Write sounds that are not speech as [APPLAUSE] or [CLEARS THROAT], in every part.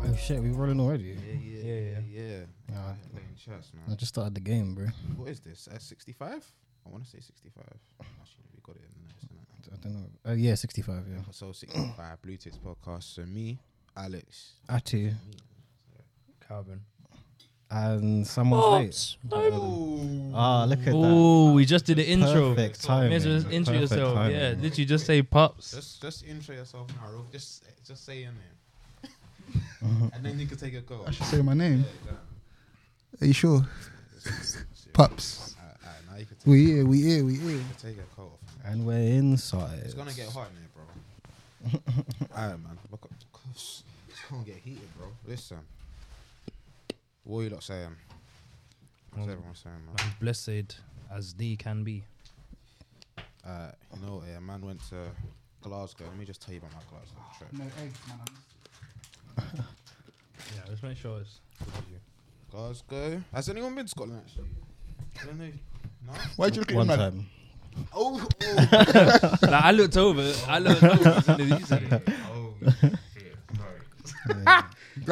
Oh, Shit, we rolling already. Yeah, yeah, yeah, Yeah, yeah. Nah, I'm Playing chess, I man. just started the game, bro. What is this? At 65? I want to say 65. Actually, we got it in the list, innit? I don't know. Uh, yeah, 65, yeah. Episode 65, Blue Tits Podcast. So me, Alex. Atu Calvin. and someone's late. Ah, look at that. Oh, we just did the intro. Perfect timing. May as well just intro Perfect yourself. timing. Yeah, literally just say pops. Just just intro yourself now, Roof. Just just say your name. and then you can take a go. I should say my name. Are you sure? Alright, Pups. alright, now you can take, We here, we here, we here. you can take a coat off. And we're inside. It's gonna get hot in here, bro. [LAUGHS] Alright, man. Look up- It's gonna get heated, bro. Listen. What are you lot saying? What's Um, Well, everyone saying, man? I'm Blessed as thee can be. Uh, you know, a man went to Glasgow. Let me just tell you about my Glasgow trip. No eggs, man. Yeah, let's make sure it's. Glasgow. Has anyone been to Scotland actually? I don't know. if- No. Why'd you look at One him like time. Oh. [LAUGHS] [LAUGHS] like, I looked over. I looked over. you said it. [LAUGHS] Oh. shit. Sorry. I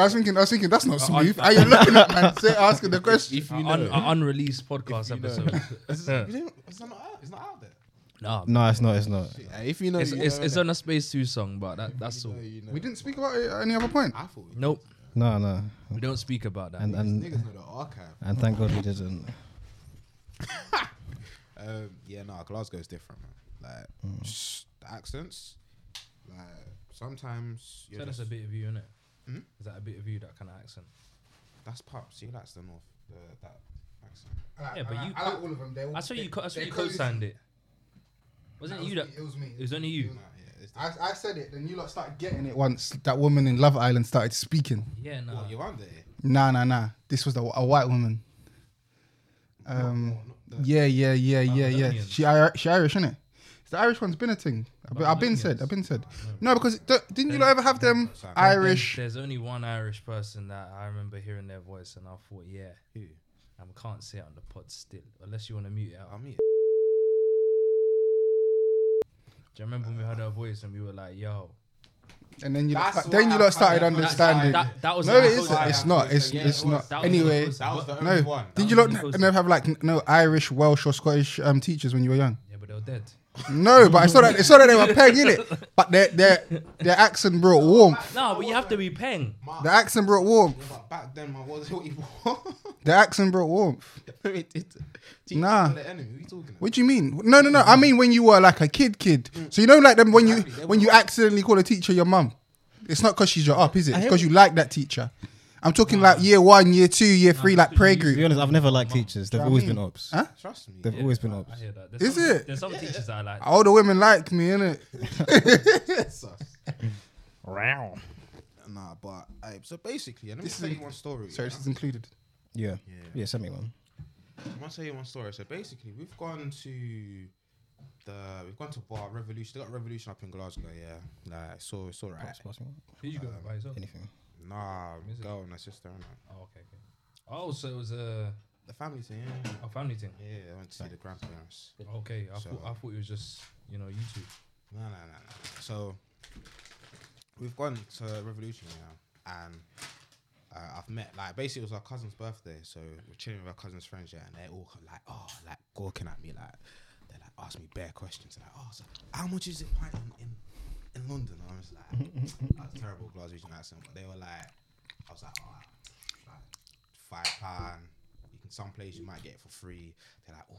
was thinking, Uh, I was thinking, that's not smooth. Are you looking at man? Say, asking the question. If Our un- uh, [LAUGHS] our unreleased podcast episode. [LAUGHS] you didn't- it's not out. It's not out there. nah, No, it's not. It's not. Yeah, if you know, it's you it's, know, it's innit? on a Space 2 song, but that, that's all. You know, you know. We didn't speak about it at any other point. I thought. we- Nope, No, no. we don't speak about that. And and Niggas know the archive. and thank God we didn't. Um, yeah, no, Glasgow's different, man. Like Mm. the accents, like sometimes. you're so that's a just- bit of you, innit? Hmm? Is that a bit of you, that kind of accent? That's pups. He likes the north. The, that accent. Yeah, but you- I like all of them. They're all- I saw you, they- co- I saw they're you cozy. co-signed it. Wasn't That it was you that? me, It was me. It was only you. Nah, yeah, it's I, I said it, then you lot started getting it once that woman in Love Island started speaking. Yeah, no. What, you're under it. Nah, nah, nah. This was the, a white woman. Um, yeah, yeah, yeah, yeah, yeah. Babylonians. She, Ir- she Irish, isn't it? The Irish one's been a thing. I've, I've been said. I've been said. No, because th- didn't you lot ever have them Sorry. Irish? There's only one Irish person that I remember hearing their voice, and I thought, yeah, Who? and we can't say it on the pod still, unless you want to mute it I out. mean, Do you remember when we heard her voice and we were like, yo, And then you lot, That's sta- then why you I lot started find that- understanding. that, that, that was no, it the- isn't. It's not. It's Yeah, it's it was. not. That was Anyway, the- that was the only no. one. [LAUGHS] Did was you lot the n- never have like n- no Irish, Welsh, or Scottish um, teachers when you were young? Yeah, but they were dead. No, but I saw that. I saw that they were paying in it, but their their their accent brought warmth. No, but you have to be peng. The accent brought warmth. But back then, I was what you [LAUGHS] want. The accent brought warmth. Wait, did- did Nah. you tell The enemy. What are you talking about? What do you mean? No, no, no. I mean when you were like a kid, kid. So you know, like them when you Mm. Exactly, they when you were- accidentally call a teacher your mum. It's not because she's your up, is it? It's because you like that teacher. I'm talking like year one, year two, year three, like play To be group. honest, I've never liked teachers. They've I always mean? been ops. Huh? Trust me. They've Yeah, always been I, ops. I hear that. There's Is some, it? There's some teachers that I like. All the women like me, innit? Sus. [LAUGHS] Nah, but aye, so basically, let me This tell is- you one story. Sorry, yeah? this is included. Yeah. Yeah. Yeah. Send me one. I'm gonna tell you one story. So basically, we've gone to the we've gone to Bar Revolution. They got Revolution up in Glasgow. Yeah, nah, it's all it's all right. Pass- pass me one. Who you got by yourself? Anything. Nah, girl and her sister. innit? Oh, okay, okay. Oh, so it was a, The family thing. Yeah, a family thing. yeah, I went to see the grandparents. Okay, I, So- thought, I thought it was just, you know, YouTube. No, no, no, no. So we've gone to Revolution now, and uh, I've met like basically it was our cousin's birthday, so we're chilling with our cousin's friends, yeah, and they're all like, oh, like gawking at me, like they're like ask me bare questions, and like, oh, so how much is it pint in, in in London? And I was like, that's terrible Glaswegian accent, but they were like, I was like, oh, like five pound. You can some places you might get it for free. They're like, oh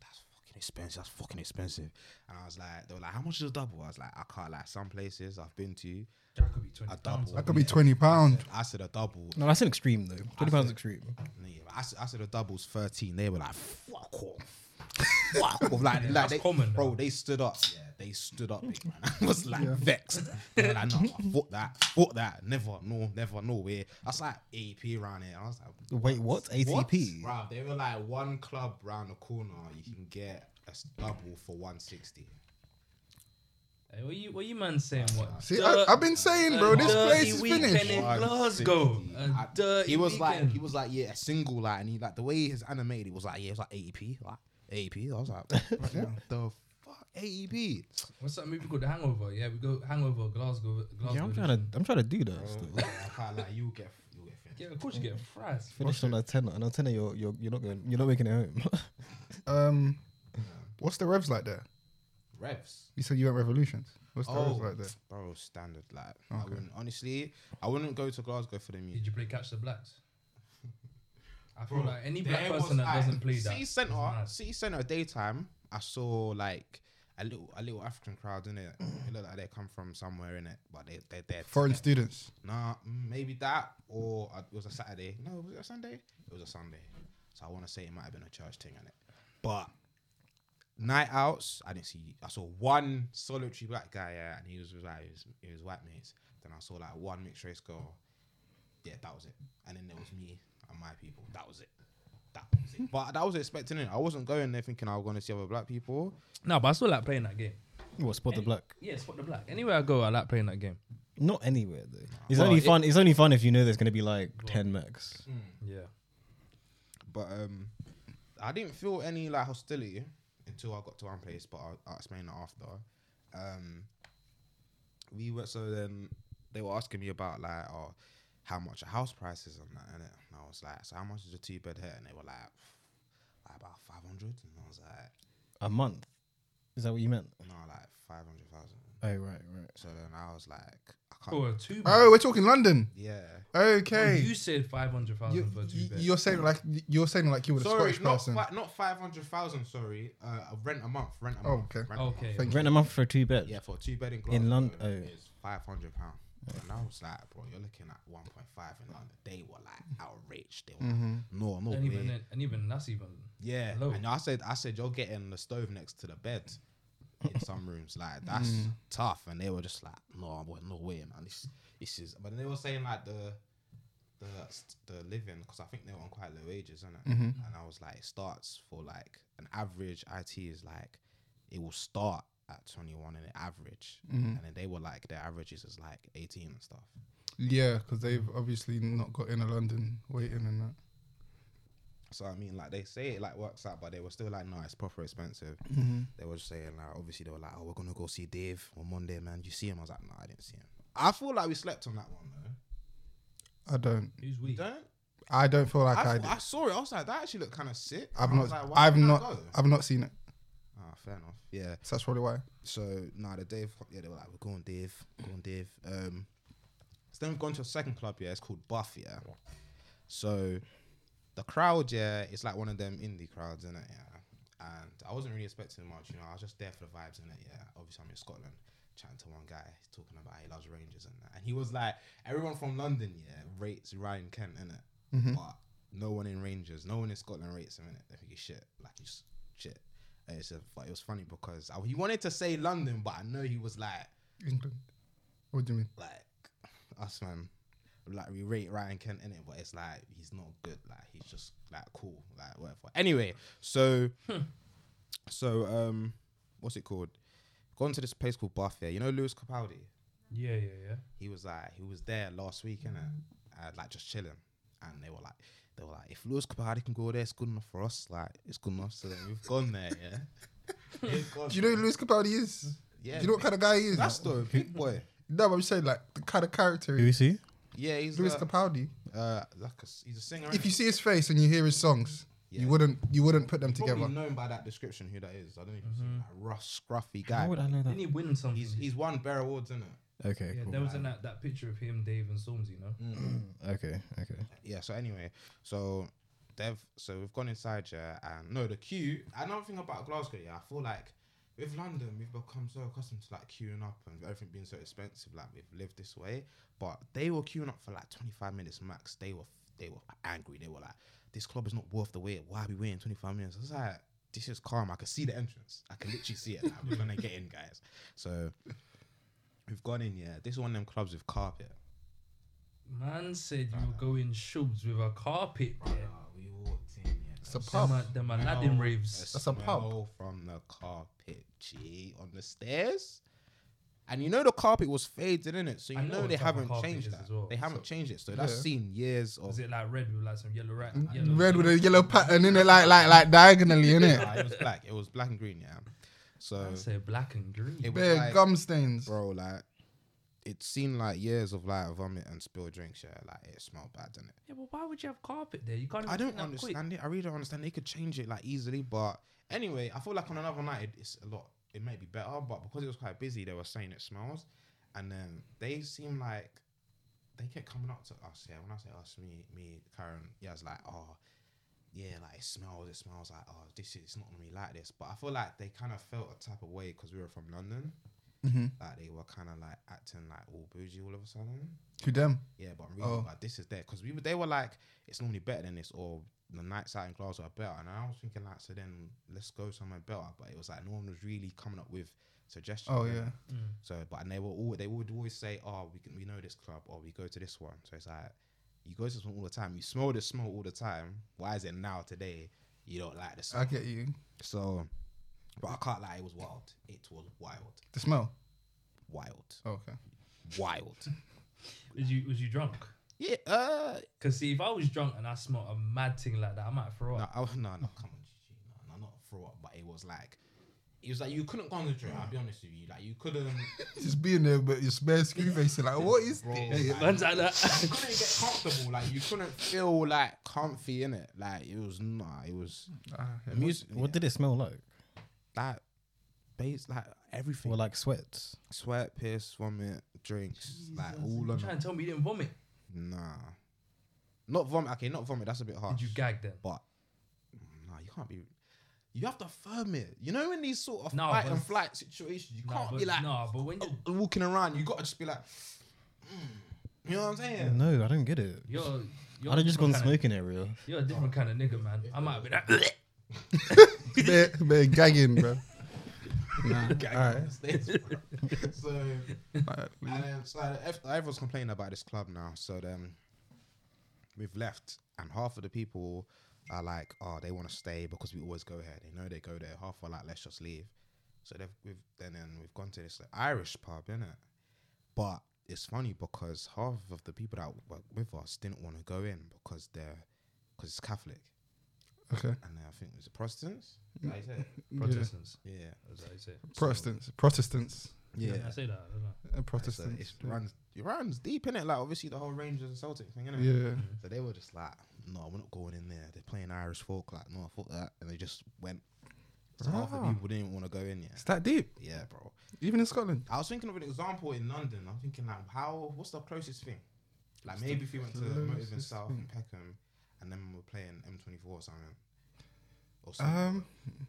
that's fucking expensive. That's fucking expensive. And I was like, they were like, how much is a double? I was like, I can't like some places I've been to. That could be 20 A double. That could be twenty pound. I said a double. No, that's an extreme though. Twenty pounds extreme. No, yeah, I, said, I said a double's thirteen. They were like, fuck off. Fuck off. Like, like they, common, bro. though. They stood up. Yeah, they stood up. Big man. [LAUGHS] I was like vexed. They were like, no, fuck that. Fuck that. Never, no, never, no way. That's like AP around here. I was like, Wait, what? ATP. Bro, they were like one club round the corner. You can get a s- double for one sixty. Hey, what you, what you man saying? What? See, I, I've been saying, bro, this dirty place is weekend finished. in One [LAUGHS] Glasgow. sixty. A I- dirty He was like, weekend. he was like, yeah, a single, like, and he E [LAUGHS] like the way he's animated. He was like, yeah, it was like AEP, like AEP. I was like, what the fuck? E AEB. What's that movie called The Hangover? Yeah, we go Hangover, Glasgow, Glasgow. Yeah, I'm trying to. I'm trying to do that. Still. I can't lie, you get you get finished. Yeah, of course you get fries. Finished on a tenner. On a tenner, you're you're you're not going. You're not making it home. [LAUGHS] Um, what's the revs like there? Revs. You said you went revolutions. What's the revs Oh, like there? bro, standard. Like, I Okay. wouldn't, honestly, I wouldn't go to Glasgow for the Did music. you play Catch the Blacks? I feel like any black person that doesn't play that. City is Centre, mad. City Centre, daytime, I saw like a little a little African crowd in it. It looked like they come from somewhere in it, but they they they're Foreign students. Nah, mm, maybe that or uh, it was a Saturday. No, was it a Sunday? It was a Sunday. So I want to say it might have been a church thing on it. But night outs, I didn't see. I saw one solitary black guy, yeah, and he was with like his, his white mates. Then I saw like one mixed race girl. Yeah, that was it. And then there was me and my people. That was it. That was it. But that was expecting it. I wasn't going there thinking I was going to see other black people. No, but I still like playing that game. What spot the black? Yeah, spot the black. Anywhere I go, I like playing that game. Not anywhere though. It's Well, only it- Mm. fun. It's only fun if you know there's going to be like ten max. Yeah. But um, I didn't feel any like hostility until I got to one place, but I'll, I'll explain that after. Um, we were so then they were asking me about like oh, how much a house price is and that, and I was like, so how much is a two bed here? And they were like, like about five hundred, and I was like, A month. Is that what you meant? no, like five hundred thousand. Oh right, right. So then I was like, I can't. Oh, a two. Oh, we're talking London. Yeah. Okay. You said five hundred You, thousand for a two bed. are saying like you're saying like you were the Sorry, Scottish not person. fi- not five hundred thousand. Sorry, uh, rent a month, rent a Oh, month. okay. rent a month. okay. Thank Rent a month for two bed. Yeah, for a two bed in In Lon- Glasgow, oh. it's five hundred pound. And I was like, bro, you're looking at one point five in London. They were like outraged. They were Mm. Mm-hmm. like, no, no And even way. then- and even that's even. Yeah, low. and I said, I said, you're getting the stove next to the bed in some rooms. Like that's tough. And they were just like, no, well, no way, man. This, this is. But they were saying like the. The, the living because I think they were on quite low wages, innit? And I was like, it starts for like an average IT is like it will start at 21 in the average, and then they were like their averages is like 18 and stuff. Yeah, because they've obviously not got in a London waiting and that. So I mean, like they say it like works out, but they were still like, no, it's proper expensive. They were just saying like, obviously they were like, oh, we're gonna go see Dave on Monday, man. You see him? I was like, no, I didn't see him. I feel like we slept on that one though. I don't. Who's we? Don't I don't feel like I. I, did. thought- I saw it. I was like, that actually looked kind of sick. I've I was not. Like, why I've didn't I not. go? I've not seen it. Ah, fair enough. Yeah. So that's probably why. So now the Dave, yeah, they were like, we're going Dave, going Dave. Um, so then we've gone to a second club, yeah, it's called Buff, yeah. So the crowd, yeah, it's like one of them indie crowds, innit, yeah. And I wasn't really expecting much, you know, I was just there for the vibes, innit, yeah. Obviously, I'm in Scotland, chatting to one guy, he's talking about he loves Rangers and that. And he was like, everyone from London, yeah, rates Ryan Kent, innit? But no one in Rangers, no one in Scotland rates him, innit? They think he's shit, like he's shit. And it's a, but it was funny because I, he wanted to say London, but I know he was like, England. What do you mean? like [SIGHS] us man like we rate Ryan Kent in it but it's like he's not good like he's just like cool like whatever anyway so so um what's it called gone to this place called Buff yeah you know Lewis Capaldi Yeah, yeah, yeah. he was like he was there last week innit uh, like just chilling and they were like they were like if Lewis Capaldi can go there it's good enough for us like it's good enough so then we've gone there yeah We've gone Do you know who Luis Capaldi is? Yeah, Do you know what kind of guy he is? that's [LAUGHS] the big boy no, but I'm saying like the kind of character. Who He you is. see? yeah he's Luis uh, Capaldi. uh, like a, he's a singer If innit? you see his face and you hear his songs, Yeah. you wouldn't. You wouldn't put them probably together. Mm-hmm. known by that description who that is. I don't even see that rough, scruffy guy. How would I know Didn't that? he win something? He's he's won Bear Awards, isn't it? Okay, yeah, cool. there was in that, that picture of him, Dave, and Storms. You [CLEARS THROAT] know. Okay, okay. Yeah. So anyway, so they've so we've gone inside yeah, and no the queue. Another thing about Glasgow, yeah, I feel like with London we've become so accustomed to like queuing up and everything being so expensive. Like we've lived this way, but they were queuing up for like twenty five minutes max. They were they were angry. They were like, this club is not worth the wait. Why are we waiting twenty five minutes? I was like. This is calm. I can see the entrance. I can literally see it. Like, we're gonna get in, guys. So we've gone in. Yeah, this is one of them clubs with carpet. Mm. Man said you were going shoes with a carpet. Yeah. Yeah. Uh, we walked in. Yeah, It's a Them, pub. a- them Aladdin raves. That's a pub. smell From the carpet, G, on the stairs. And you know the carpet was faded in it, so you I know know what they type of haven't carpet it changed is that. as well. They haven't changed it, so that's Yeah. seen years of. [LAUGHS] Is it like red with like some yellow rat? Mm-hmm. Yellow Red with a yellow pattern in it, like like like diagonally in it. Nah, it was black. It was black and green, yeah. So So black and green. it was Bare like, gum stains. bro, like it seemed like years of like vomit and spilled drinks. Yeah, like it smelled bad, didn't it? yeah, but why would you have carpet there? You can't. I even don't clean up quick. understand it. I really don't understand. They could change it like easily, but anyway, I feel like on another night it- it's a lot. It may be better, but because it was quite busy, they were saying it smells, and then they seem like they kept coming up to us. Yeah, when I say us, me, me, Karen, yeah, it's like, oh, yeah, like it smells. It smells like oh, this is it's not gonna be like this. But I feel like they kind of felt a type of way because we were from London. Mm-hmm. Like they were kind of like acting like all bougie all of a sudden. To them. Yeah, but I'm reading Oh. like this is there because we were, they were like it's normally better than this or the nights out in Glasgow are better, and I was thinking like so then let's go somewhere better, but it was like no one was really coming up with suggestions. Oh, innit? yeah. Mm. So but and they were all they would always say oh we can we know this club or we go to this one. So it's like you go to this one all the time, you smell this smell all the time. Why is it now today you don't like the smell? I get you. So, but I can't lie, it was wild. It was wild, The smell. wild, Oh, okay. [LAUGHS] wild. Was you was you drunk? yeah. Uh, Cause see, if I was drunk and I smelled a mad thing like that, I might throw No, up. I, was- no, no, [LAUGHS] come on, Gigi, no, no, not throw up, but it was like, it was like you couldn't concentrate. I'll be honest with you, like you [LAUGHS] couldn't, Just being there, but your spare screw face. Like, what is bro. this? like, Man's like you that. couldn't get comfortable, like you couldn't feel like comfy in it. Like it was nah, it was Ah, [LAUGHS] the music, What did it smell like? like base, like everything, Or like sweats? sweat, piss, vomit, drinks, like [LAUGHS] all on. Trying to tell me you didn't vomit? Nah, not vomit. Okay, not vomit. That's a bit harsh. Did you gag then? But nah, you can't be. You have to firm it. You know in these sort of No, fight but- and flight situations, you Nah, can't but, be like nah, but when you Oh, walking around. You gotta just be like, hmm, you know what I'm saying? No, I don't get it. you're, you're I'd have just gone smoking. smoking area. You're a different kind of nigga, man. I might have been like, Bare, bare gagging, bro. [LAUGHS] Gang on the stage, bro. so, and then, so ev- everyone's complaining about this club now. So then we've left, and half of the people are like, "Oh, they want to stay because we always go here. They know they go there." Half are like, "Let's just leave." So they've, we've then then we've gone to this like, Irish pub, innit? But it's funny because half of the people that were with us didn't want to go in because they're because it's Catholic, [LAUGHS] Okay. and I think it's Protestants. Is that how you say it? Protestants. Yeah, That's how you say. it. Protestants. Protestants. yeah. I say that. don't I? Uh, It's a- Protestants. it's runs it runs deep in it. Like obviously the whole Rangers and Celtic thing, innit? Yeah. So they were just like, no, we're not going in there. They're playing Irish folk. Like, no, I thought that, and they just went. So half the Bruh. people didn't want to go in yet. It's that deep. Yeah, bro. Even in Scotland. I was thinking of an example in London. I'm thinking like, how? What's the closest thing? Like maybe if you went to Motive and closest South and Peckham, and then we're playing M24 or something. Or something. Um.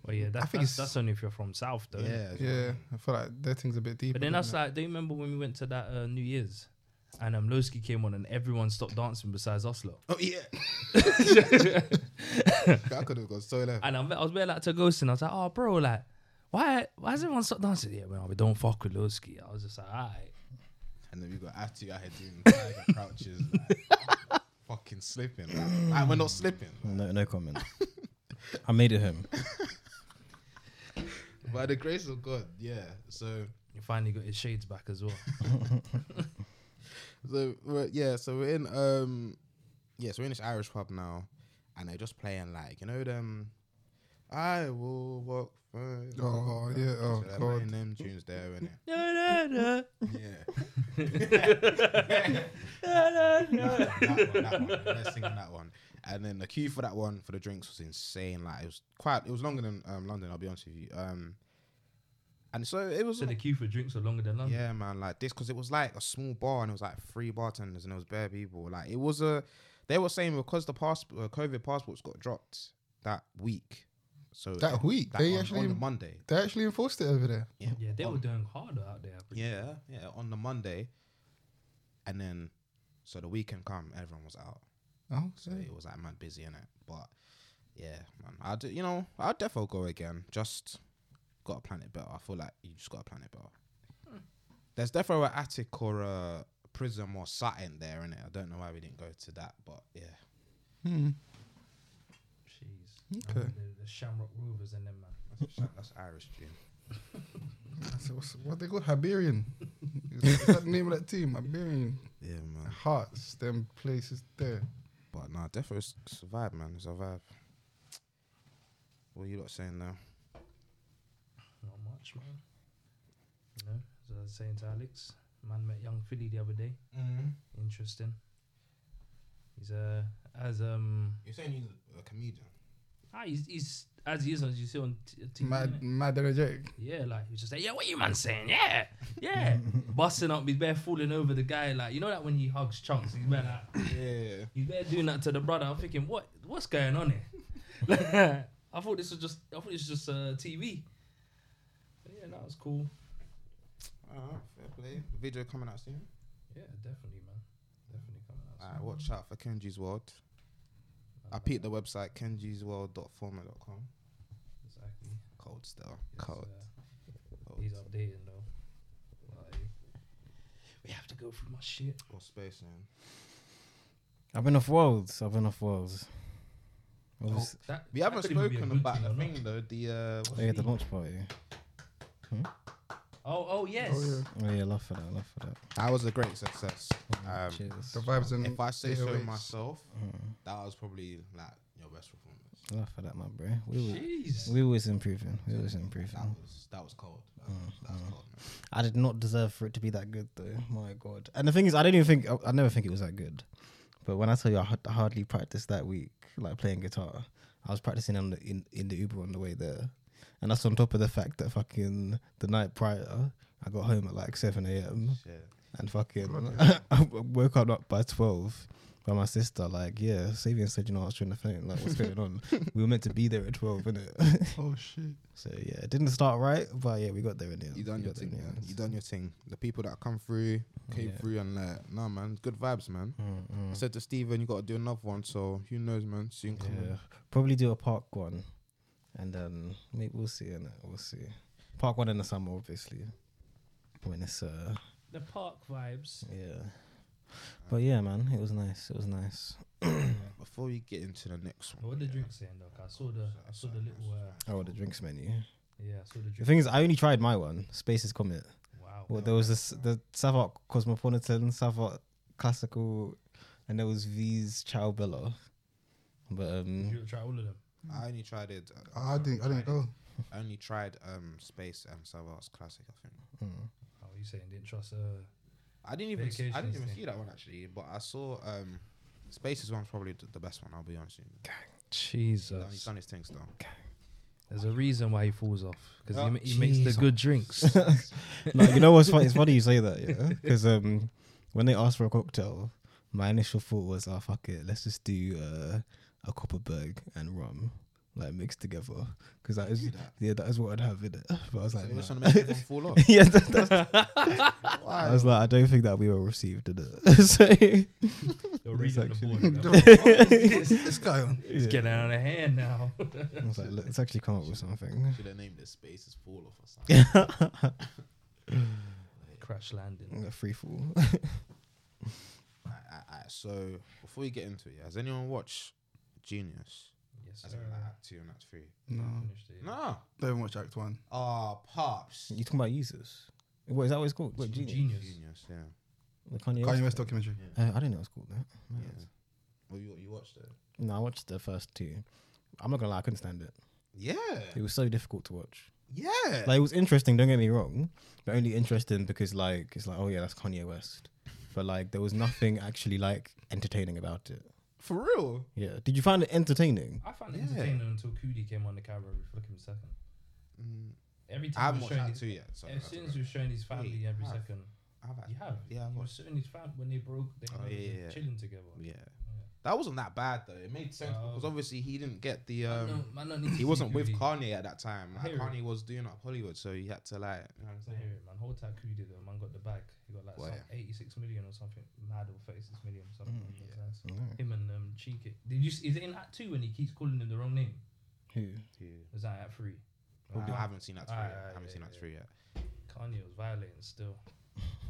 Well, yeah, that, think that's, it's- that's only if you're from South, though. innit? yeah, Yeah. I feel like their thing's a bit deeper. But then than that's like, do you remember when we went to that uh, New Year's? And um, Lowski came on and everyone stopped dancing besides us lot. Oh yeah. that could have gone so left. And I, met- I was there like to a ghost and I was like, oh, bro, like, why why has everyone stopped dancing? Yeah, man, we don't fuck with Lowski. I was just like, all right. And then we got Atu out here doing tiger crouches, like, fucking slipping. Like, like, we're not slipping. No, no [LAUGHS] comment. I made it him. By the grace of God, yeah. So, He finally got his shades back as well. so we're, yeah, so we're in, um, yeah, so we're in this Irish pub now, and they're just playing like, you know, them, I will walk. that. Oh yeah. Oh so they're playing god. them tunes there, innit? [LAUGHS] Na, na, na, Yeah. [LAUGHS] na, na, na. that one, that one. They're singing that one. And then the queue for that one for the drinks was insane. Like it was quite, it was longer than um, London. I'll be honest with you. Um, and so it was So the queue for drinks are longer than London. Yeah, man, like this because it was like a small bar and it was like three bartenders and it was bare people. Like it was a, they were saying because the pass uh, COVID passports got dropped that week, so That week? They on, actually- on the Monday. They actually enforced it over there. Yeah, Yeah, they on, were doing harder out there. I believe. Oh. Yeah, yeah, on the Monday, and then so the weekend come, everyone was out, Oh. so it was like mad busy in it. But yeah, man, I do, you know I'd defo go again. Just gotta plan it better. I feel like you just gotta plan it better. Hmm. There's definitely an attic or a prism or something there in it. I don't know why we didn't go to that, but yeah. Hmm. Jeez. Okay. And The, the Shamrock Rovers and them, man. That's, that's Irish gin. That's- what's- What they call [LAUGHS] Iberian? is that is that the name of that team? Iberian. Yeah, man. Hearts. Them places there. But nah, definitely it's, it's a vibe, man. It's a vibe. What are you lot saying now? Not much. much, man. You know, so I was saying to Alex, man met young Philly the other day. Mm-hmm. Interesting. He's a as um You're saying he's a comedian. ah, he's, he's as he is as you see on t- TV. innit? Mad, mad at a joke. Yeah, like he was just like, yeah, what you man saying? Yeah, yeah, busting up, he's bare falling over the guy. Like you know that when he hugs chunks, he's bare like, Yeah. he's bare doing that to the brother. I'm thinking, what, what's going on here? [LAUGHS] I thought this was just, I thought this was just uh, TV. But yeah, that was cool. Alright, fair play. Video coming out soon. Yeah, definitely, man, definitely coming out. Alright, watch out for Kenji's World. I peeped the website kenji'sworld.forma.com. Exactly. Cold still. Yes, Cold. uh, Cold. he's updating though. Like, we have to go through my shit. What space in? I've been off worlds. I've been off worlds. I Oh. was- That- We that haven't could even be a spoken good about thing the or not. thing though. The uh, what's yeah, it the launch party. Oh, oh yes. Oh yeah, love for that. Love for that. That was a great success. Um, Oh, Cheers. Mm. The vibes and if I say the so airwaves. myself, that was probably like your best performance. Love for that, my bro. We were, Jeez. we always improving. We always That improving. was that was cold. That Mm. was, that was cold. Man. I did not deserve for it to be that good, though. My God. And the thing is, I don't even think I, I never think it was that good. But when I tell you, I had- hardly practiced that week, like playing guitar. I was practicing on the in, in the Uber on the way there, and that's on top of the fact that fucking the night prior, I got home at like seven a.m. Shit. and fucking [LAUGHS] I woke up like, by twelve. By my sister, like, yeah, Savian said you're not answering the phone. Like, what's going [LAUGHS] on? We were meant to be there at twelve, innit? Oh shit. [LAUGHS] so yeah, it didn't start right, but yeah, we got there in the end. You done We your got there thing, in the man. end. You done your thing. The people that come through came Yeah. Mm-hmm. through and like, no man, good vibes, man. I said to Steven, you got to do another one. So who knows, man? Soon coming. Yeah, probably do a park one, and then maybe we'll see. And we'll see. Park one in the summer, obviously, when it's uh The park vibes. yeah. But yeah, man, it was nice. It was nice. [CLEARS THROAT] Before we get into the next one, What the drinks saying, Doc? I saw the I saw the little uh, I ordered drinks menu. yeah, I saw The the drink. thing is, I only tried my one, Spaces Comet. Wow. Well, there was this the Savart Cosmopolitan, Savart Classical, and there was V's Chow Bella. But Did um, you try all of them? I only tried it. uh, I didn't. I didn't go. I only tried um Space and Savart's Classic. I think. hmm. Oh, you saying didn't trust uh I didn't even. s- I Vacations didn't even thing. see that one actually, but I saw um Space's one's probably th- the best one. I'll be honest. With you. He's done- He's Jesus. done his things though. There's a reason why he falls off because Oh, he, ma- he makes the good [LAUGHS] drinks. [LAUGHS] no, you know what's funny? It's funny you say that, yeah, because um, when they asked for a cocktail, my initial thought was, "Oh fuck it, let's just do uh, a copperberg and rum." Like mixed together, because that is yeah, that is what I'd have in it. But I was like, They just nah. want to [LAUGHS] make everyone fall off. yeah, that, that's, I was like, I don't think that we were received in it. [LAUGHS] so You're reading [LAUGHS] the actually- board. you know? [LAUGHS] This guy on. It's getting out of hand now. [LAUGHS] I was like, let's actually come up with [LAUGHS] something. Should have named it Space's Fall Off or something. Crash landing. A free fall. [LAUGHS] Alright, alright, alright, so before we get into it, yeah, has anyone watched Genius? Yes, As sir. in like Act Two and Act Three? No, Finished it. No. don't watch Act One. Oh, pops. You talking about users? What is that? What it's called? What, Genius. Genius? Genius, yeah. The Kanye Kanye West West- documentary. Uh, I didn't know it was called that. yeah. Well, you, you watched it. No, I watched the first two. I'm not gonna lie, I couldn't stand it. Yeah. It was so difficult to watch. Yeah. Like it was interesting, don't get me wrong, but only interesting because like it's like, oh yeah, that's Kanye West. But like there was nothing actually like entertaining about it. for real. Yeah. Did you find it entertaining? I found it Yeah. entertaining until Kudi came on the camera every fucking second. Mm. Every I time haven't we're watched showing Act his, Two yet. So as soon as we're showing his family Wait, every have. second, I've you actually- have. Yeah, I've he was watched. showing his family when they broke. They Oh, were yeah, yeah, yeah. chilling together. Yeah. That wasn't that bad though. It made sense Oh. because obviously he didn't get the. Man, um don't- man, don't need to He see [LAUGHS] wasn't with Kudi. Kanye at that time. I Like, hear it. Kanye was doing up Hollywood, so he had to like. You know what I'm I saying? hear it, man. Whole time Kudi though, man got the bag. He got like Well, some yeah. 86 million or something mad or 36 million or Mm, something. like that. That's No. Him and um, Cheeky. Did you? s- Is it in Act Two when he keeps calling him the wrong name? Who? Yeah. Or Is that Act Three? I haven't seen that. Three Ah, yet. ah, I haven't yeah, seen that yeah. three yet. Kanye was violating still.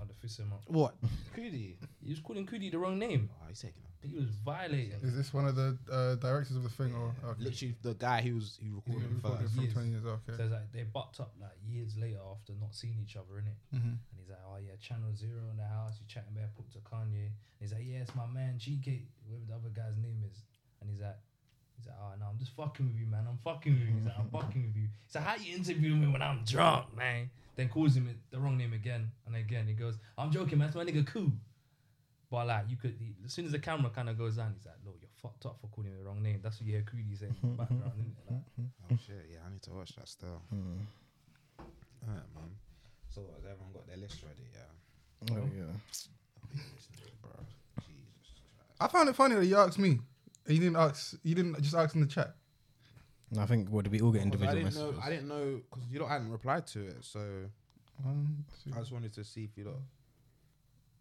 I'd have fist him up. What? Kudi. He was calling Kudi the wrong name. Oh, he's taking it. He was violating. Is this one of the uh, directors of the thing Oh, or oh, okay. Literally, the guy who was who He's recorded been it recorded first. from Yes. 20 years. Okay. So it's like they bucked up like years later after not seeing each other in it. Mm-hmm. And he's like, oh yeah, Channel Zero in the house. You chatting about put to Kanye. And he's like, yeah, it's my man GK, whatever the other guy's name is. And he's like, He's like, oh no, I'm just fucking with you, man. I'm fucking with you. He's like, I'm fucking with you. He's like, how you interviewing me when I'm drunk, man? Then calls him the wrong name again and again. He goes, I'm joking, man. It's my nigga Cool. But like, you could he- as soon as the camera kind of goes down, he's like, look, you're fucked up for calling me the wrong name. That's what you hear Cooley saying in the background. innit? Like, Mm. Oh shit, yeah, I need to watch that still. Alright, man. So what, has everyone got their list ready? Yeah. Oh, yeah. This nigga, bro. Jesus Christ. I found it funny that you asked me. and You didn't ask. You didn't just ask in the chat. And I think what did we all get Because I individual didn't know. messages? I didn't know because you lot hadn't replied to it, so One, two. I just Mm. wanted to see if you lot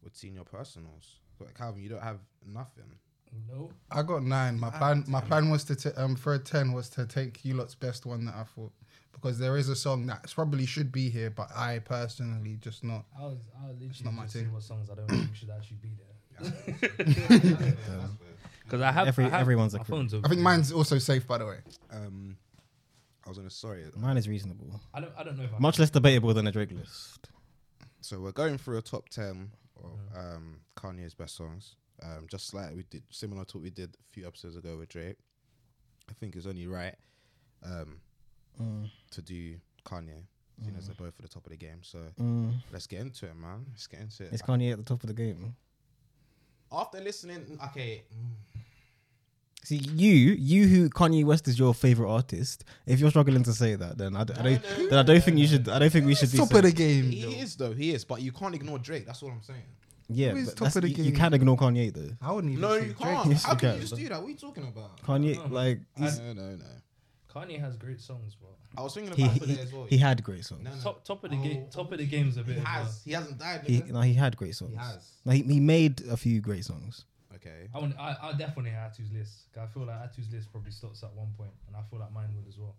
would seen your personals. But Calvin, you don't have nothing. no. I got nine. My plan, my plan was to t- um for a ten was to take you lot's best one that I thought because there is a song that probably should be here, but I personally just not. I was, I was not literally my just thing. seeing what songs I don't think should actually be there. [LAUGHS] That's weird. Because I have Every- I have- everyone's a my creep. phone's I think mine's also safe, by the way. Um, I was gonna sorry. Mine is reasonable. I don't I don't know if I Much less debatable than a Drake list. So we're going through a top ten of um, Kanye's best songs. Um, just like we did, similar to what we did a few episodes ago with Drake. I think it's only right um, Mm. to do Kanye. You know, they're both at the top of the game. So Mm. let's get into it, man. Let's get into it. Uh, It's Kanye at the top of the game. After listening, okay, See, you, you who Kanye West is your favorite artist. If you're struggling to say that, then I, d- I don't, then I don't think you should. I don't think we should be. Top saying- of the game. he is though he is, but you can't ignore Drake. That's all I'm saying. Yeah, Who is but top that's- of the you, you game? can ignore Kanye though. I wouldn't even. No, say you can't. Drake. Yes, How you can can, you just but- do that? What are you talking about? Kanye, like he's, No, no, no. Kanye has great songs, bro. I was thinking he, about he, today as well. he had great songs. no, no. Top top of the Oh, game top of the game's a he bit of a- has. He hasn't died. He, nigga. no, he had great songs. has. No, he, he made a few great songs. Okay. I want. I, I definitely had Atu's list. 'Cause I feel like Atu's list probably stops at one point, and I feel like mine would as well.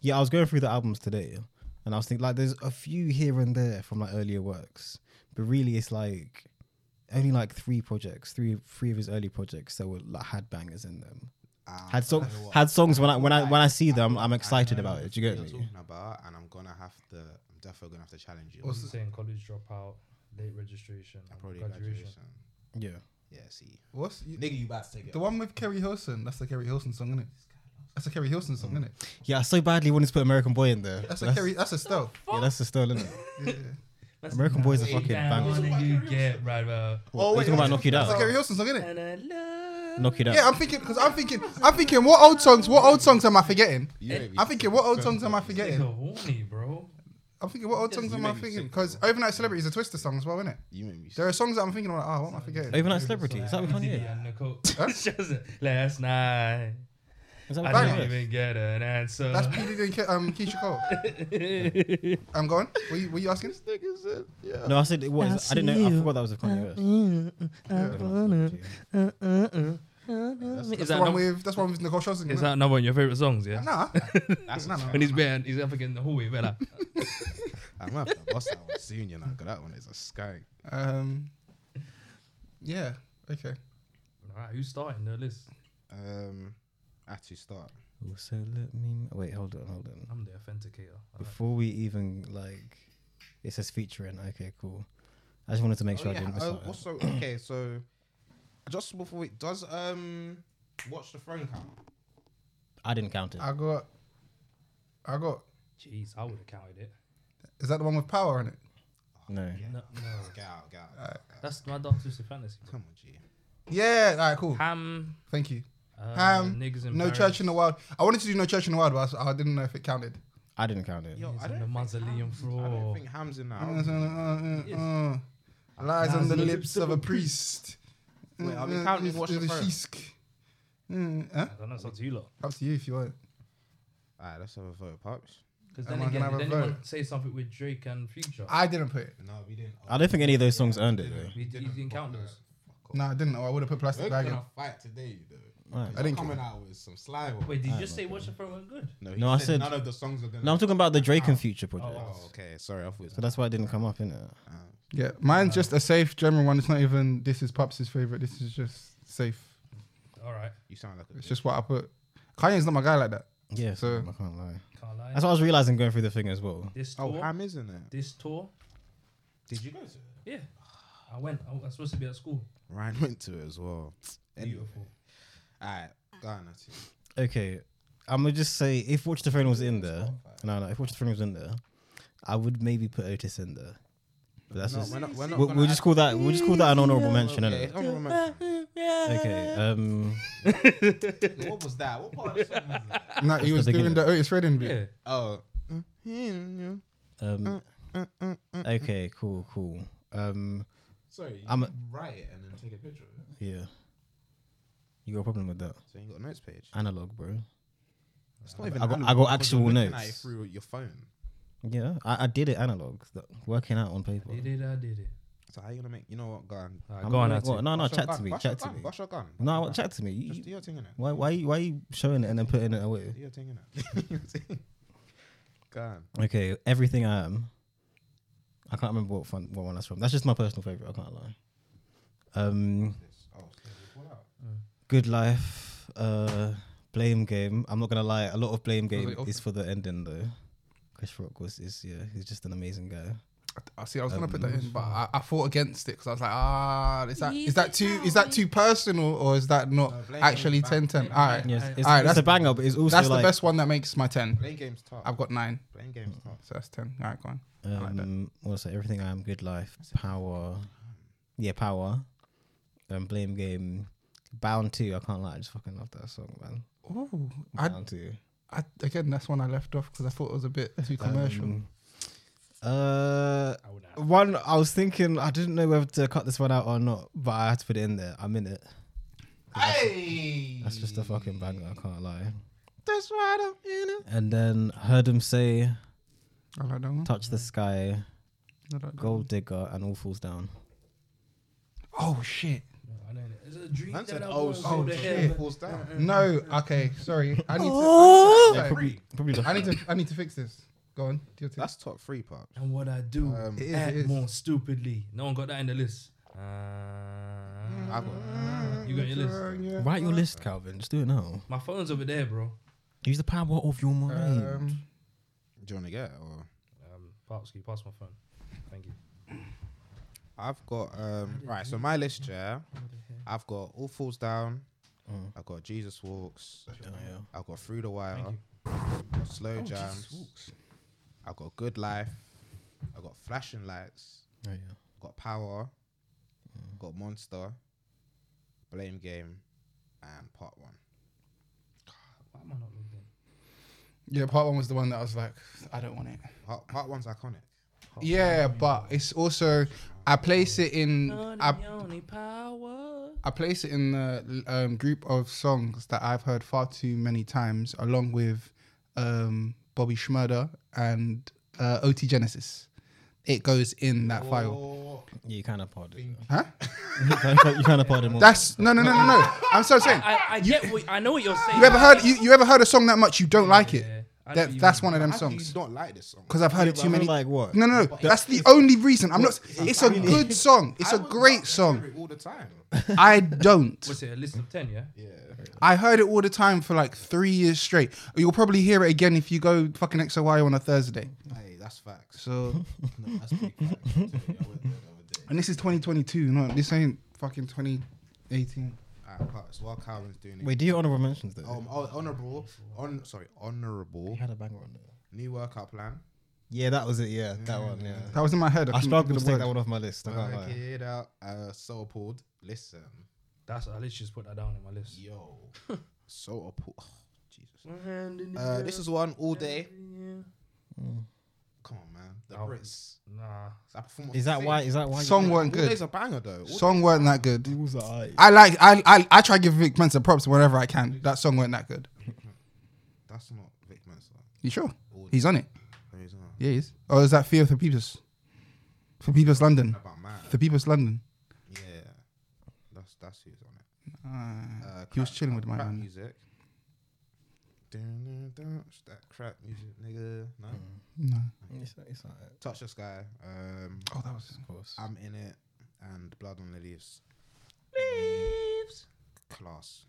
Yeah, I was going through the albums today, and I was thinking like, there's a few here and there from like earlier works, but really it's like only like three projects, three three of his early projects that were like, had bangers in them. Ah, Had song I know what- had songs when I when I Like, when I see them, know- I'm I excited know about it. Do you get what you're me? talking about, and I'm gonna have to. I'm definitely gonna have to challenge you. What's the saying? College dropout, late registration, I and probably graduation. graduation. Yeah, Yeah, see, What's you, nigga, you about to take it. the one with Kerry Hilson? That's the Kerry Hilson song, isn't it? That's a Kerry Hilson song, isn't it? yeah. I so badly wanted to put American Boy in there. That's a Kerry. That's a stealth. yeah, that's the still [LAUGHS] in it. Yeah. That's American Boy's a way fucking down banger. that You get right, bro. Oh, you talking about knock you That's a Kerry down? Hilson song, isn't it? And I love Knock you down. Yeah, I'm thinking because I'm thinking I'm thinking what old songs? What old songs am I forgetting? Eh, You make me- I'm thinking what old songs am I Nigga forgetting? horny, bro. I'm thinking what old Yes, songs you am I make me thinking? sick, Because bro. Overnight Celebrity is a Twister song as well, isn't it? You make me. sick. There are songs that I'm thinking about. Oh, what am I forgetting? Overnight celebrity. Is that with Like, Kanye? and Nicole. Just [LAUGHS] Last night, Is that with I didn't Kanye? even get an answer. That's P Diddy and Ke- um, Keisha Cole. Um, I'm going. Were you, were you asking? No, I said it was. I didn't know. I forgot that was with Kanye West. is That's that the one another, with that's one with Nicole Scherzinger. is isn't that another one of your favorite songs? it? Yeah. Nah, That's nah, not. nah. When he's bare, he's up again in the hallway, bare like, I'm gonna have to bust that one soon, you know. 'cause that one is a skank. Um, yeah. Okay. All right, who's starting the list? Um, at you start. Oh, So let me wait. Hold on, hold on. I'm the authenticator. All right. Before we even like, it says featuring. Okay, cool. I just wanted to make sure I didn't miss uh, something. also, okay, so just before we does um watch the throne count. I didn't count it. Uh, I got. I got. Jeez, I would have counted it. Is that the one with power in it? no. No, no. Get out, get out. That's my Dark Twisted Fantasy. bro. Come on, G. Yeah. All right. Cool. Ham, Thank you. uh, Ham, niggas in No Paris, church in the wild. I wanted to do no church in the wild, but I s- I, didn't know if it counted. I didn't count it. Yo, He's I on don't the think mausoleum Ham's- I don't floor. think Ham's in that. Uh, album. uh, uh, uh. Lies on the lips of a priest. Wait, are we counting Uh, Watch the uh, Throne? sheesk. Uh, huh? I don't know, it's up to you lot. Up to you if you want. Alright, let's have a vote, pops. Because Am then I gonna again, have did a anyone vote? say something with Drake and Future? I didn't put it. No, we didn't. I don't think any of those songs earned it though. we, you didn't count those. No, I didn't. Or I would have put plastic We're bag in. gonna fight today, though. Alright. He's I didn't coming out with some slime. Wait, did you just say Watch the Throne went good? no, No, I said- none of the songs are gonna. No, I'm talking about the Drake and Future project. Oh, okay. Sorry, I thought. It So that's why it didn't come up, innit? Yeah, mine's just a safe general one. It's not even this is Pops' favorite. This is just safe. All right, you sound like a. It's just what I put. Kanye's not my guy like that. Yeah, so So- I can't lie. can't lie. That's what I was realizing going through the thing as well. this oh, tour, Ham isn't it? this tour, Did you go to it? yeah. I went. I was supposed to be at school. Ryan went to it as well. Anyway. Beautiful. All right. Ghana team. Okay, I'm gonna just say if Watch the Throne was in there, no, no, if Watch the Throne was in there, I would maybe put Otis in there. But that's No, just we're not- we're not we'll, gonna we'll just add- call that we'll just call that an honorable mention. Yeah, innit? it's honorable mention. Okay. Um. what was that? What part of the song was [LAUGHS] that? No, he was doing beginning. the Otis Redding bit. Yeah. Oh. Mm, Um. Okay. Cool. Cool. Um. [LAUGHS] Sorry, you I'm I'm a- write it and then take a picture of it. Yeah. You got a problem with that? So you got a notes page. Analog, bro. It's not even I got- I got analog, 'cause you're actual looking at it notes. through your phone. Yeah, I, I did it analog, th- working out on paper. Did it, I did it. So how you gonna make? You know what? Go on. Alright, I'm go on, like, that's what? it. No, no, Bash your chat to gun, me, bash your chat to gun, me. Bash your gun. No, bash your chat to me. You- gun. Just you- do your thing in it. Why, why, you- why you showing it and then putting it away? Do [LAUGHS] your thing in [LAUGHS] it. Go on. Okay, everything I am. I can't remember what fun, what one that's from. That's just my personal favorite. I can't lie. Um, Oh, so we pull out. good life. Uh, blame game. I'm not gonna lie. A lot of blame Was it game off- is for the ending though. Chris Rock was is yeah. He's just an amazing guy. I Ah, see. I was gonna put Um, that in, but I, I fought against it because I was like, ah, is that is that too is that too personal or is that not No, blame actually him, blame ten ten? him. All right, Yes, I- it's, Alright, it's that's- a banger, but it's also that's like the best one that makes my ten. Playing games tough. I've got Mm. nine, Playing games tough. so that's ten. All right, go on. I like that. Um, what's that? Everything I am, good life, power. Yeah, power. Um, blame game, bound to. I can't lie, I just fucking love that song, man. Oh, I, Bound to. I again, that's one I left off because I thought it was a bit too commercial. Um, uh, I would have. one I was thinking I didn't know whether to cut this one out or not, but I had to put it in there. I'm in it. Hey, That's just a fucking banger. I can't lie. That's right up in it. And then heard him say, I like that one. "Touch the sky, I like that gold one. digger, and all falls down." Oh shit. No, I don't know. It's a dream Man that said, I "Oh, want so so the bad, hair but- falls down." No. Okay. Sorry. I need [LAUGHS] to. Yeah, Sorry. probably, probably the- I need to. I need to fix this. Go on. Do your thing. That's top three part. And what I do, Um, It is, act it is. more stupidly. No one got that in the list. Uh, I've got. Mm. you got your [LAUGHS] list. Write your list, Calvin. Just do it now. My phone's over there, bro. Use the power of your mind. Um, Do you want to get it or? Um, Pops, can you pass my phone? Thank you. I've got um right. So my list, yeah. I've got All Falls Down. Um, I've got Jesus Walks. Oh, I've got Through the Wire. Thank Oh, I've got Slow Jams. I've got Good Life. I've got Flashing Lights. Oh, yeah. I've got Power. I've got Monster. Blame Game, and Part One. Why am I not logged in? yeah, part one was the one that I was like, I don't want it. Part, part One's iconic. Yeah, but it's also I place it in I, I place it in the um, group of songs that I've heard far too many times, along with um, Bobby Schmurder and uh, OT Genesis. It goes in that file. Oh, Yeah, you kind of pardon. Huh? [LAUGHS] you kind of pardon more. That's no, no, no, no, no. I'm so saying. I, I get what I know what you're saying. You ever heard you, you ever heard a song that much you don't like it? Yeah, I know what That you that's mean. one of them how do you songs don't like this song? because I've heard it But too I many. mean, like what? No, no, no. That's the only reason. I'm not. It's [LAUGHS] a good song. It's I a would great not song. hear it all the [LAUGHS] time. I don't. What's it? A list of ten, yeah. yeah. I heard it all the time for like three years straight. You'll probably hear it again if you go fucking XOY on a Thursday. Hey, that's facts. So, No, that's big facts. I tell you, I went there the other day. and this is 2022. No, this ain't fucking 2018. Alright, parts. While Calvin's doing it. Wait, do your honorable mentions though? Um, oh, honorable, on sorry, honorable you had a banger on there. new workout plan. Yeah, that was it. Yeah, that one. Yeah. That was in my head. I couldn't struggled think to of take the that word. one off my list. I can't Work lie. it out, uh, so appalled. Listen, That's I let's just put that down in my list. yo, [LAUGHS] so appalled. Oh, Jesus. Uh, this is one all day. Come on, man. The Oh. Brits. Nah. I perform Is that why? Is that why? you- Song all weren't day's good. a banger though. All Song weren't that good. Who's that? I- I like. I I, I try to give Vic Mensa props whenever I can. That song weren't that good. that's not Vic Mensa. You sure? He's on it. No, he's not. Yeah, he is. Or is that Theo for Peoples? For Peoples London. About man. For Peoples London. Yeah, that's that's who's on it. Uh, Uh, he was crap- chilling with my crap man. music. Dun, dun, dun, it's that crap music, nigga. No, No. It's, it's alright, touch the sky. Um, Oh, that was. of course. I'm in it, and blood on the leaves. Leaves. Class.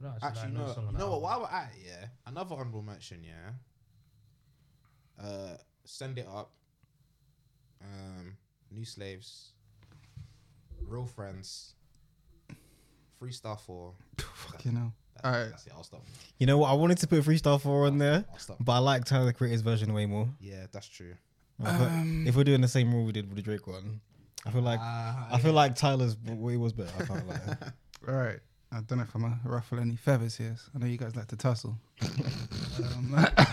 I don't actually, Actually, like no. song on You that know what? album. While we're at it, yeah, another honorable mention, yeah. Uh, send it up. Um, new slaves. Real friends. Freestyle four. [LAUGHS] Fuck, Fucking hell. That's, All right. that's it. I'll stop. You know what? I wanted to put Freestyle 4 on there, I'll stop. but I like Tyler the Creator's version way more. Yeah, that's true. I feel- if we're doing the same rule we did with the Drake one, I feel like I feel like Tyler's w- way was better. I can't lie. All right. I don't know if I'm gonna ruffle any feathers here. I know you guys like to tussle. [LAUGHS] um, [LAUGHS] all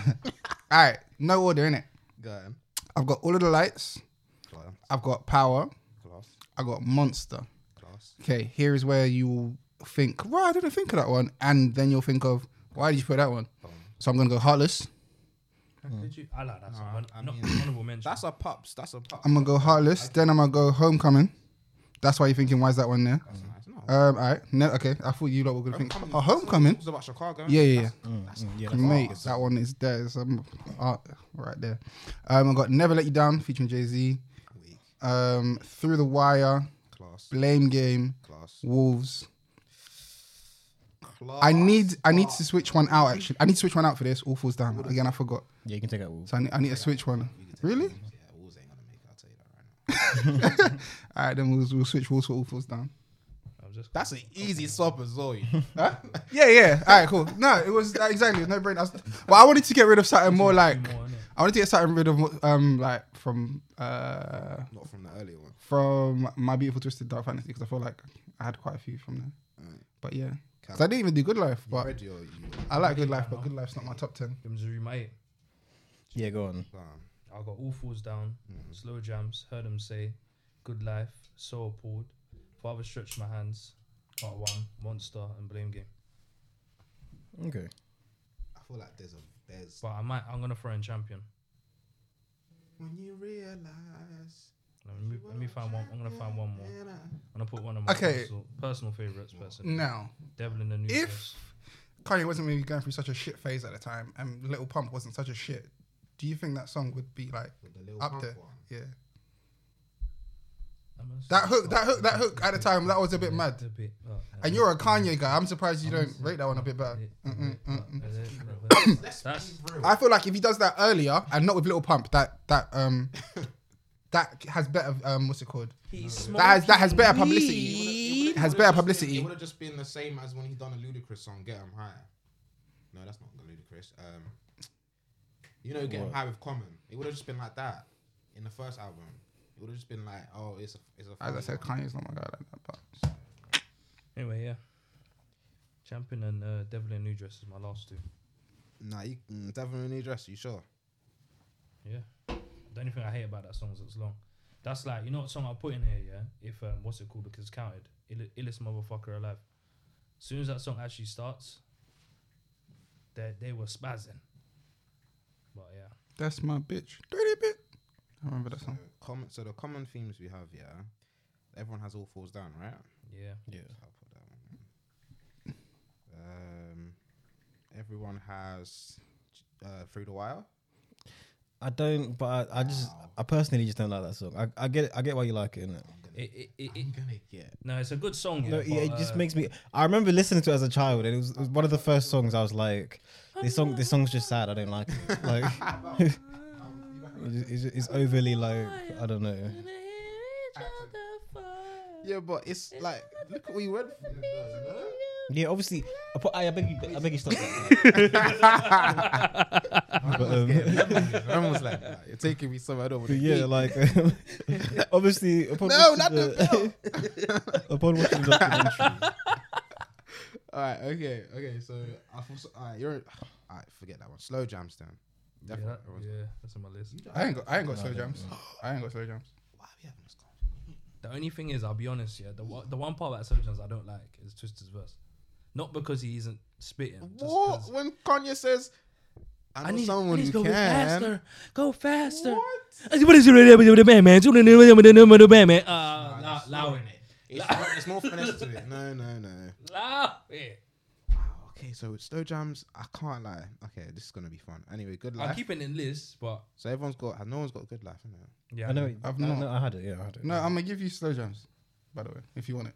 right. No order in it. Go on. I've got all of the lights. Class. I've got power. Class. I got monster. Class. Okay. Here is where you will think. Well, I didn't think of that one, and then you'll think of why did you put that one? So I'm gonna go heartless. Did Mm. you? I like that song. Nah, Hon- I not mean- honorable mention. That's a pups. That's a pups. I'm gonna go heartless. Then I'm gonna go homecoming. That's why you're thinking why is that one there? That's nice. No. Um. All right. No. Okay. I thought you lot were gonna think. Oh, homecoming. It's about Chicago. Yeah, yeah, yeah. That's, that's, yeah, that's Mate, bars. that one is there. It's um, art right there. Um, I got Never Let You Down featuring Jay Z. Weak. Um, Through the Wire, Class. Blame Game, Class. Wolves. Class. I need I need to switch one out actually. I need to switch one out for this. All falls down again. I forgot. yeah, you can take out Wolves. So I need, I need to switch one. Really? Yeah, Wolves ain't gonna make. it, I'll tell you that right now. All right, then we'll, we'll switch Wolves for All Falls Down. I'm just That's an easy swap as well. you know. Huh? [LAUGHS] Yeah, yeah. All right, cool. No, it was uh, exactly no brain. But I wanted to get rid of something more like more in it. I wanted to get something rid of um like from uh [LAUGHS] Not from the earlier one. from My Beautiful Twisted Dark Fantasy because I feel like I had quite a few from there. Alright. But yeah, 'Cause Cal- I didn't even do Good Life, But but radio, you I like Good Life, but Good Life's not my top ten. Give 'em Zuri, mate. Yeah, go on. um, I got all falls down, Mm. slow jams. Heard them say, "Good life, so appalled." Father stretched my hands. Part one, monster and blame game. Okay. I feel like there's a there's But I might. I'm gonna throw in champion. when you realize. Let me, let me find one. I'm gonna find one more. I'm gonna put one of my Okay. personal, personal favorites. Person, Now, Devil in the New if Kanye wasn't maybe going through such a shit phase at the time, and Little Pump wasn't such a shit, do you think that song would be like With the little up pump there? one. Yeah, that hook, that hook, that hook at the time, that was a bit mad. A bit, uh, And you're a Kanye guy. I'm surprised you don't rate that one a bit better. Mm-mm, mm-mm. [COUGHS] That's that's I feel like if he does that earlier and not with Little Pump, that that [LAUGHS] um that has better um what's it called? That has that has better publicity. Has better It publicity. would have just been the same as when he done a ludicrous song, Get 'em High. No, that's not ludicrous. Um, you know, Get 'em High with Common. It would have just been like that in the first album. It would have just been like, oh, it's a, it's a. As I said, funny Kanye's not my guy like that, but anyway. Yeah, champion and uh, Devil in a New Dress is my last two. one. Nah, you, mm, Devil in a New Dress. You sure? Yeah. The only thing I hate about that song is it's long. That's like, you know what song I'll put in here, yeah? If, um, what's it called? Because it's counted. Ill- illest motherfucker alive. As soon as that song actually starts, they, they were spazzing. But yeah. that's my bitch. Dirty bit. I remember that So, song. common, so the common themes we have, yeah. Everyone has all falls down, right? Yeah. Yeah. So I'll put that one. in. Um, everyone has uh, through the wire. I don't, but I, I just, I personally just don't like that song. I, I get, it, I get why you like it. Innit? It, it, it, it, gonna get. no, it's a good song. Yeah, No, yeah, it but, just uh, makes me. I remember listening to it as a child, and it was, it was one of the first songs I was like, "This song, this song's just sad. I don't like it. Like, [LAUGHS] it's, it's- it's overly like, I don't know. Yeah, but it's like look what we went through. Yeah, obviously. I, put, I, I beg you, I beg you, stop. that. but, [LAUGHS] um, Everyone was like, "Nah, "You're taking me somewhere I don't want but to." [LAUGHS] yeah, like, [LAUGHS] obviously, upon No, watching not [LAUGHS] the upon watching the documentary, All right, okay, okay. So I feel so, all right, you're all right. Forget that one. Slow jams then. Yeah, Definitely. that- everyone's- yeah, that's on my list. I ain't got I ain't got slow jams. [GASPS] I ain't got slow jams. Why are we having this conversation? The only thing is, I'll be honest, yeah, the, wa- the one part about Sojourn's I don't like is Twister's verse. Not because he isn't spitting. just 'cause- What when Kanye says, "I know someone who go can." faster. Go faster. What? What is it with the man, man? with the man, man? Uh, Nah, nah, that's loud slow, in innit? it. It's, more- it's more finesse to it. [LAUGHS] No, no, no. Loud it. Wow, Okay, so with slow jams, I can't lie. Okay, this is gonna be fun. Anyway, good I'm life. keeping in lists, but so everyone's got, no one's got good life, innit? yeah. I know. I've I, not. no, I had it. Yeah, I had it. No, I'm gonna give you slow jams, by the way, if you want it.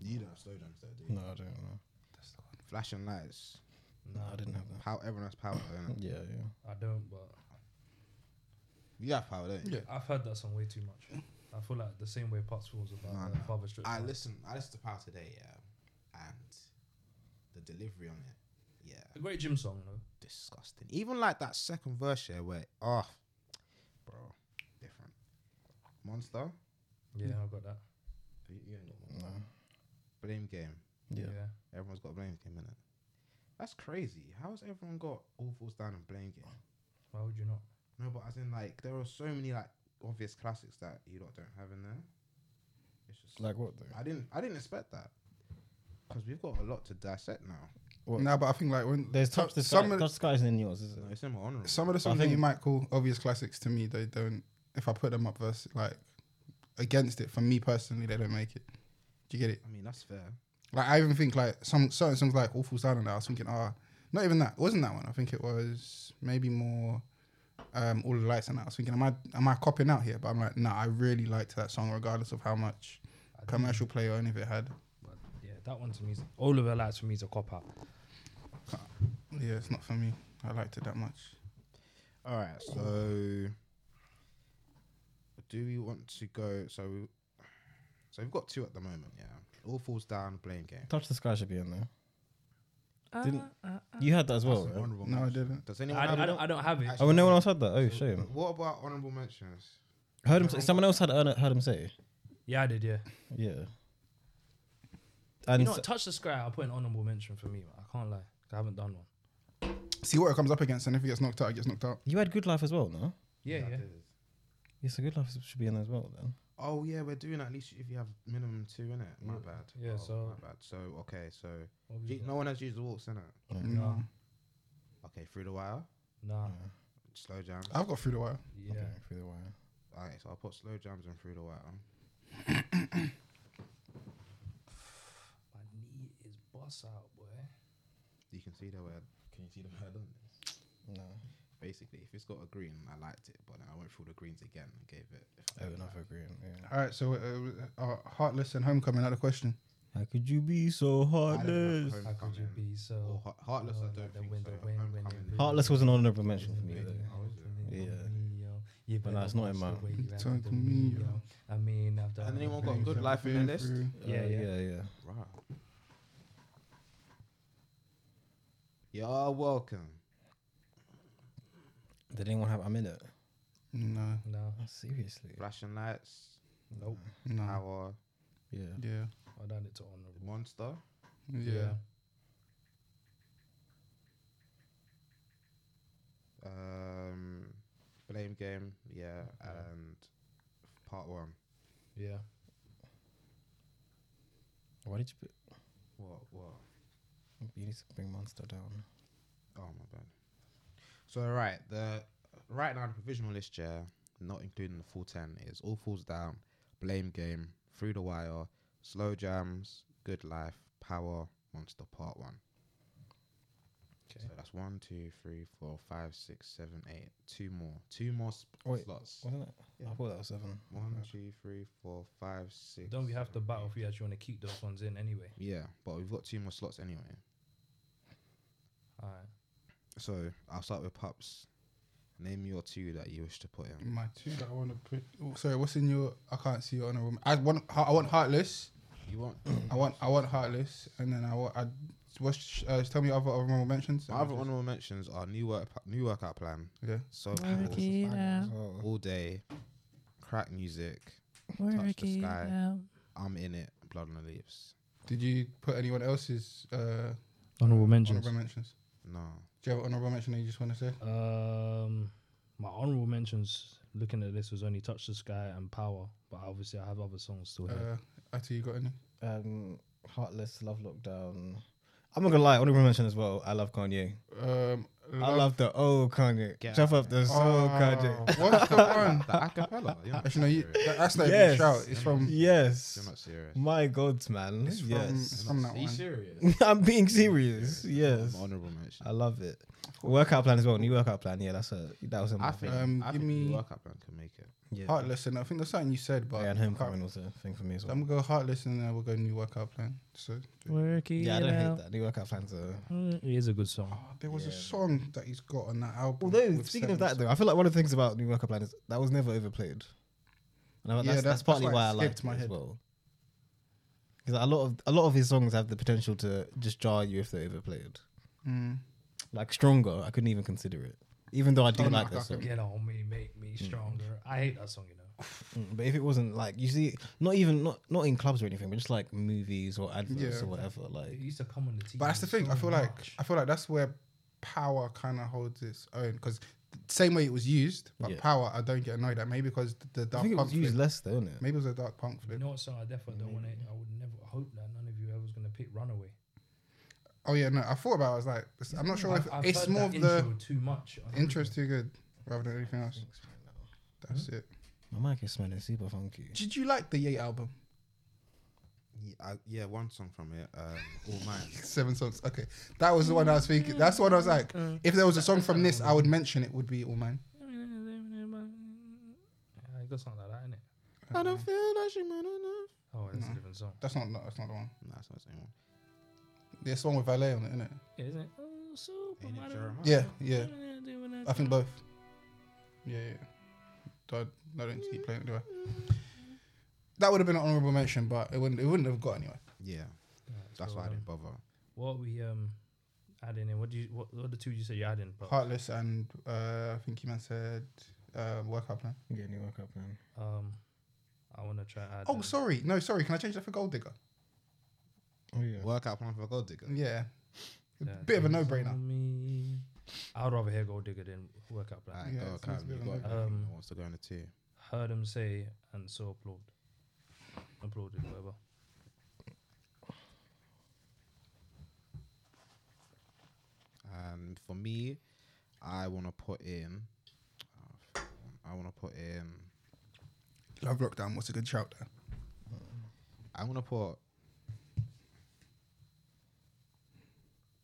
You don't have slow jams though, do you? no, I don't. know. Flashing lights. No, I didn't have that. Power, everyone has power. Innit? Yeah, yeah. I don't, but You have power, don't you? Yeah. I've heard that song way too much. I feel like the same way Parts was about Nah, uh, nah. Father Strict. I Man. listen. I listened to Power today, yeah, and the delivery on it. Yeah, A great gym song though. disgusting. Even like that second verse here, where oh, bro, different. Monster, Yeah, I've got that. you, you ain't got Monster. Blame game. Yeah. Everyone's got a blame game, innit? That's crazy. How's everyone got all falls down and blame game? Why would you not? No, but as in like there are so many like obvious classics that you lot don't have in there. It's just Like what though? I didn't I didn't expect that because we've got a lot to dissect now. What? No, but I think like when There's touch the sky. some of touch the sky isn't in yours, is it? No, it's in my honourable. some of the But I songs that you think- might call obvious classics to me, they don't. If I put them up versus like against it, for me personally, they don't make it. Do you get it? I mean that's fair. Like I even think like some certain songs like Awful Sound and that. I was thinking, ah, not even that. It wasn't that one. I think it was maybe more um All the Lights and that. I was thinking, am I am I copping out here? But I'm like, nah, I really liked that song regardless of how much commercial play or any of it had. But yeah, that one to me is all of the lights for me is a cop out. Yeah, it's not for me. I liked it that much. All right, so do we want to go? So we, so we've got two at the moment. Yeah, all falls down. Blame game. Touch the sky should be in there. Didn't you had that as well? That's an Right? honourable No, I mention. didn't. Does anyone? I, have I it? don't. I don't have it. Actually, Oh, well, no one else had that. Oh, shame. What about honourable mentions? Heard him. Say, someone else had uh, heard him say. Yeah, I did. Yeah. Yeah. You And know, s- what, touch the sky. I'll put an honorable mention for me. Man. I can't lie. 'cause I haven't done one. See what it comes up against, and if it gets knocked out, it gets knocked out. you had good life as well, no? Yeah, yeah. I did. Yes, so good life should be in there as well then. Oh yeah, we're doing at least if you have minimum two in it. My bad. Yeah, Oh, so- my bad. So okay, so What have G- you got? no one has used the walks in it. No. Okay, through the wire, Nah. slow jam. I've got through the wire. Ah, Yeah. Oh, Okay, through the wire. Alright, so I'll put slow jams and through the wire. My knee is bust out, boy. You can see the word. Can you see the word on this? No. Basically, if it's got a green, I liked it, but then I went through the greens again and gave it. if I Oh, don't another like. green. Yeah. All right, so uh, uh, Heartless and Homecoming. Another question. How could you be so I didn't heartless? like How could you Homecoming. be Or so? Heart- heartless, Oh, I don't like the think when so. the- when- when it Homecoming really- is- Heartless was an honourable mention for me. Yeah. Though. Oh, is it? Yeah. Yeah, But no, it's not in my- Talk to me, yo. I mean, I've done. And anyone got everything. good life in their list? Through- Yeah, Uh, yeah. yeah, yeah. Right. You're welcome. Did anyone have? I'm in it. No, No, Oh, seriously. Flashing lights. nope. no. Power. Yeah. Yeah, I done it to honorable. Monster. yeah. Um, blame game. Yeah, and part one. Yeah. Why did you put? What? What? You need to bring monster down. Oh my bad. So right, the right now the provisional list, yeah, not including the full ten, is all falls down. Blame game. Through the wire. Slow jams. Good life. Power. Monster part one. Okay. So that's one, two, three, four, five, six, seven, eight. Two more. Two more sp- Wait, slots. Wasn't it? Yeah. I thought that was seven. One, two, three, four, five, six. Don't we have to seven, battle if we actually want to keep those ones in anyway? eight. Yeah, but we've got two more slots anyway. All right. So I'll start with pups. Name your two that you wish to put in. My two that I want to put. Oh, sorry, what's in your? I can't see your honorable. I want. I want Heartless. You want? I want. I want Heartless, and then I want. I what's? Uh, tell me other honorable mentions. My other honorable mentions are new work, new workout plan. Yeah. So it out. all day, crack music, touch the sky. I'm in it. Blood on the leaves. Did you put anyone else's uh, Honorable mentions. honorable mentions? No. Do you have an honorable mention that you just want to say? Um, my honorable mentions. Looking at this was only touch the sky and power, but obviously I have other songs still here. Uh, Atu, you got any? Um, heartless love lockdown. I'm not gonna lie. I want to mention as well. I love Kanye. Um, I love the old Kanye. Get Chop up the soul Kanye. What's Oh, the one? The acapella. You're [LAUGHS] not Actually, no, you, serious. that- that's not even a Yes. shout. It's from. You're [LAUGHS] Yes. not serious. My gods, man. It's from- yes. From that Are you one. [LAUGHS] serious? I'm being serious. Yes. My honorable mention. I love it. Workout plan as well. New workout plan. Yeah, that's a that was in my I think. Um, I give think new me- workout plan can make it. yeah. Heartless, and I think that's something you said, but yeah, and I homecoming can't- was a thing for me as So well. I'm gonna go heartless, and then we'll go new workout plan. So Working. yeah, I don't hate that. New workout plan's a Mm, it is a good song. Oh, there was a Yeah. song that he's got on that album. Although with speaking of that Sense. though, I feel like one of the things about New Workout Plan is that was never overplayed. And I, Yeah, that's, that- that's partly that's why why, it I liked escaped my it as head. well. Because a lot of a lot of his songs have the potential to just jar you if they're overplayed. Mm. Like stronger, I couldn't even consider it, even though I do Oh, no, like I that song. Get on me, make me stronger. I hate that song, you know. Mm, But if it wasn't like you see, not even not not in clubs or anything, but just like movies or adverts Yeah. or whatever, It like used to come on the TV. But that's the thing. I so feel like much. I feel like that's where power kind of holds its own because same way it was used, but Yeah. power I don't get annoyed at. Maybe because the, the I dark think it punk was used flip. less though, innit? Maybe it was a dark punk You flip. know what song I definitely don't want to. Mm. I would never hope that none of you ever was gonna pick Runaway. Oh yeah, no, I thought about. it. I was like, this- I'm not sure if I've- I've it's heard more that of the intro too much. I think. [LAUGHS] intro's too good rather than anything else. That's it. My mic is smelling super funky. Did you like the Ye album? Yeah, I- yeah, one song from it. Um, all mine. [LAUGHS] Seven songs. Okay, that was the one I was thinking. That's the one I was like, if there was a song from this, I would mention it. Would be All Mine. Yeah, it goes something like that, innit? I don't feel that she man enough. Oh, that's No. a different song. Um, That's not. no, That's not the one. Nah, it's not the same one. There's one with Valet on it, isn't it? Yeah, isn't it? Oh, Ain't it supermodel. Jeremiah? Yeah, yeah. yeah. I think both. Yeah, yeah. Do I, no, I don't keep playing it, do I? That would have been an honourable mention, but it wouldn't. It wouldn't have got anywhere. Yeah, that's why I didn't bother. What we um adding in? What do you? What, what are the two you said you adding? But Heartless and uh, I think you man said uh, workout plan. I'm getting you woke up, man. um, I want to try add. Oh, um, sorry. No, sorry. Can I change that for Gold Digger? Oh yeah. Workout plan for Gold Digger. Yeah. yeah, Bit of a dance no-brainer. on me. I'd rather hear Gold Digger than Workout Plan. Like, Yeah, oh, it sounds a Cam, bit you like got that. everything Um, that wants to go in the tier. Heard him say and so applaud. Applauded, whatever. Um, for me, I want to put in. oh, f- I want to put in. Love lockdown. What's a good shout there? I want to put.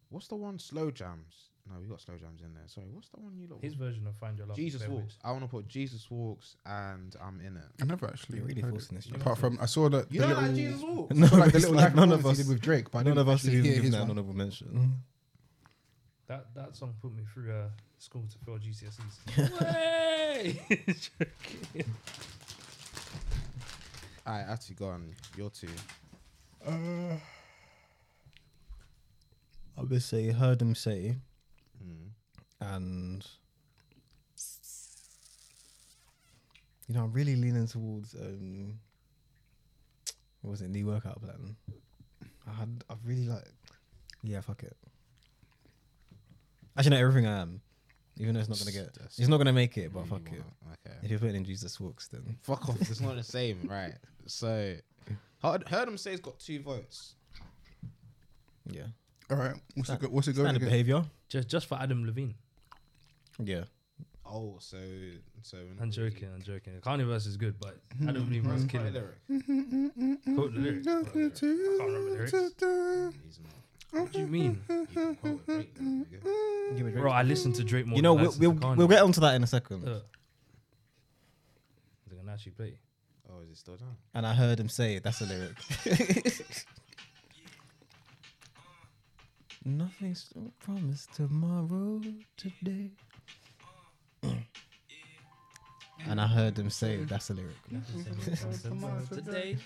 What's the one slow jams? No, we got slow jams in there. Sorry, what's the one you lot? His version of Find Your Love. is Jesus better walks. with- I want to put Jesus walks, and I'm [LAUGHS] in it. I never actually. You're really heard it. forcing this. Apart from I saw that. You the don't like little- Jesus walks? [LAUGHS] I No, saw, like the it's little like live none performance of us he did with Drake, but I None didn't of us actually did hear even give his that one. honorable mention. Mm-hmm. That that song put me through uh, school to fail GCSEs. Way! Joking. I actually gone. Your two. Uh, I would say heard him say Mm. and you know I'm really leaning towards um what was it knee workout plan. I had I really like yeah fuck it. Actually, not everything I am, even though it's not gonna get That's it's not gonna make it, but fuck really it. what I- Okay. If you're putting in Jesus walks, then Fuck off. It's not the same, right? So, heard, heard him say he's got two votes. yeah, all right. What's a Stand- good? What's a good? standard behavior. just just for Adam Levine. Mm-hmm. Yeah, Oh, so so. we're not I'm really- joking. I'm joking. Kanye verse is good, but Mm-hmm. Adam Levine was Quite a killing. it. lyric. Mm, Quote the lyrics. Quote the lyrics. I can't remember the lyrics. He's not. What do you mean, You can quote a Drake lyric, nigga. bro? I listen to Drake more. you know than we'll Uh. I listen we'll, to Kanye. we'll get onto that in a second. Look. They're gonna actually play. Oh, is it still down? And I heard him say it. That's a [LAUGHS] lyric. Nothing's promised tomorrow, today. and I heard him say it. That's a lyric. Today,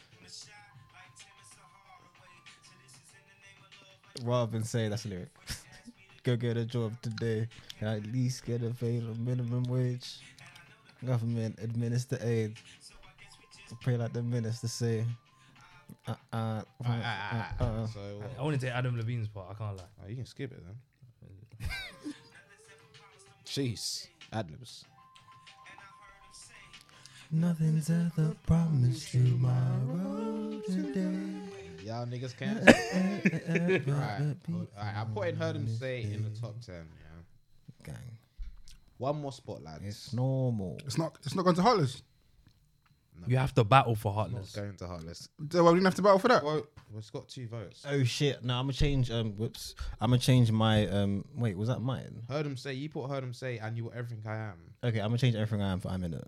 Rather than say that's a lyric. [LAUGHS] Go get a job today and at least get a paid a minimum wage. Government administer aid. Pray like the minister say. Uh, uh, uh, uh, Ah, uh. so what? I want to take Adam Levine's part. I can't lie. Oh, you can skip it then. [LAUGHS] Jeez, adlibs. Nothing's ever promised tomorrow [LAUGHS] today. Y'all niggas [LAUGHS] can't. [LAUGHS] Alright, hold- alright, I put in heard him say in the top ten. Yeah. Gang, One more spot, lads. it's normal. It's not. It's not going to Heartless. You have to battle for Not Heartless. going to Heartless. So I didn't have to battle for that. Well, it's got two votes. Oh shit! No, I'm gonna change. Um, whoops. I'm gonna change my. Um, wait, was that mine? Heard him say. You put heard him say, and you were everything I am. Okay, I'm gonna change everything I am for. I'm in it.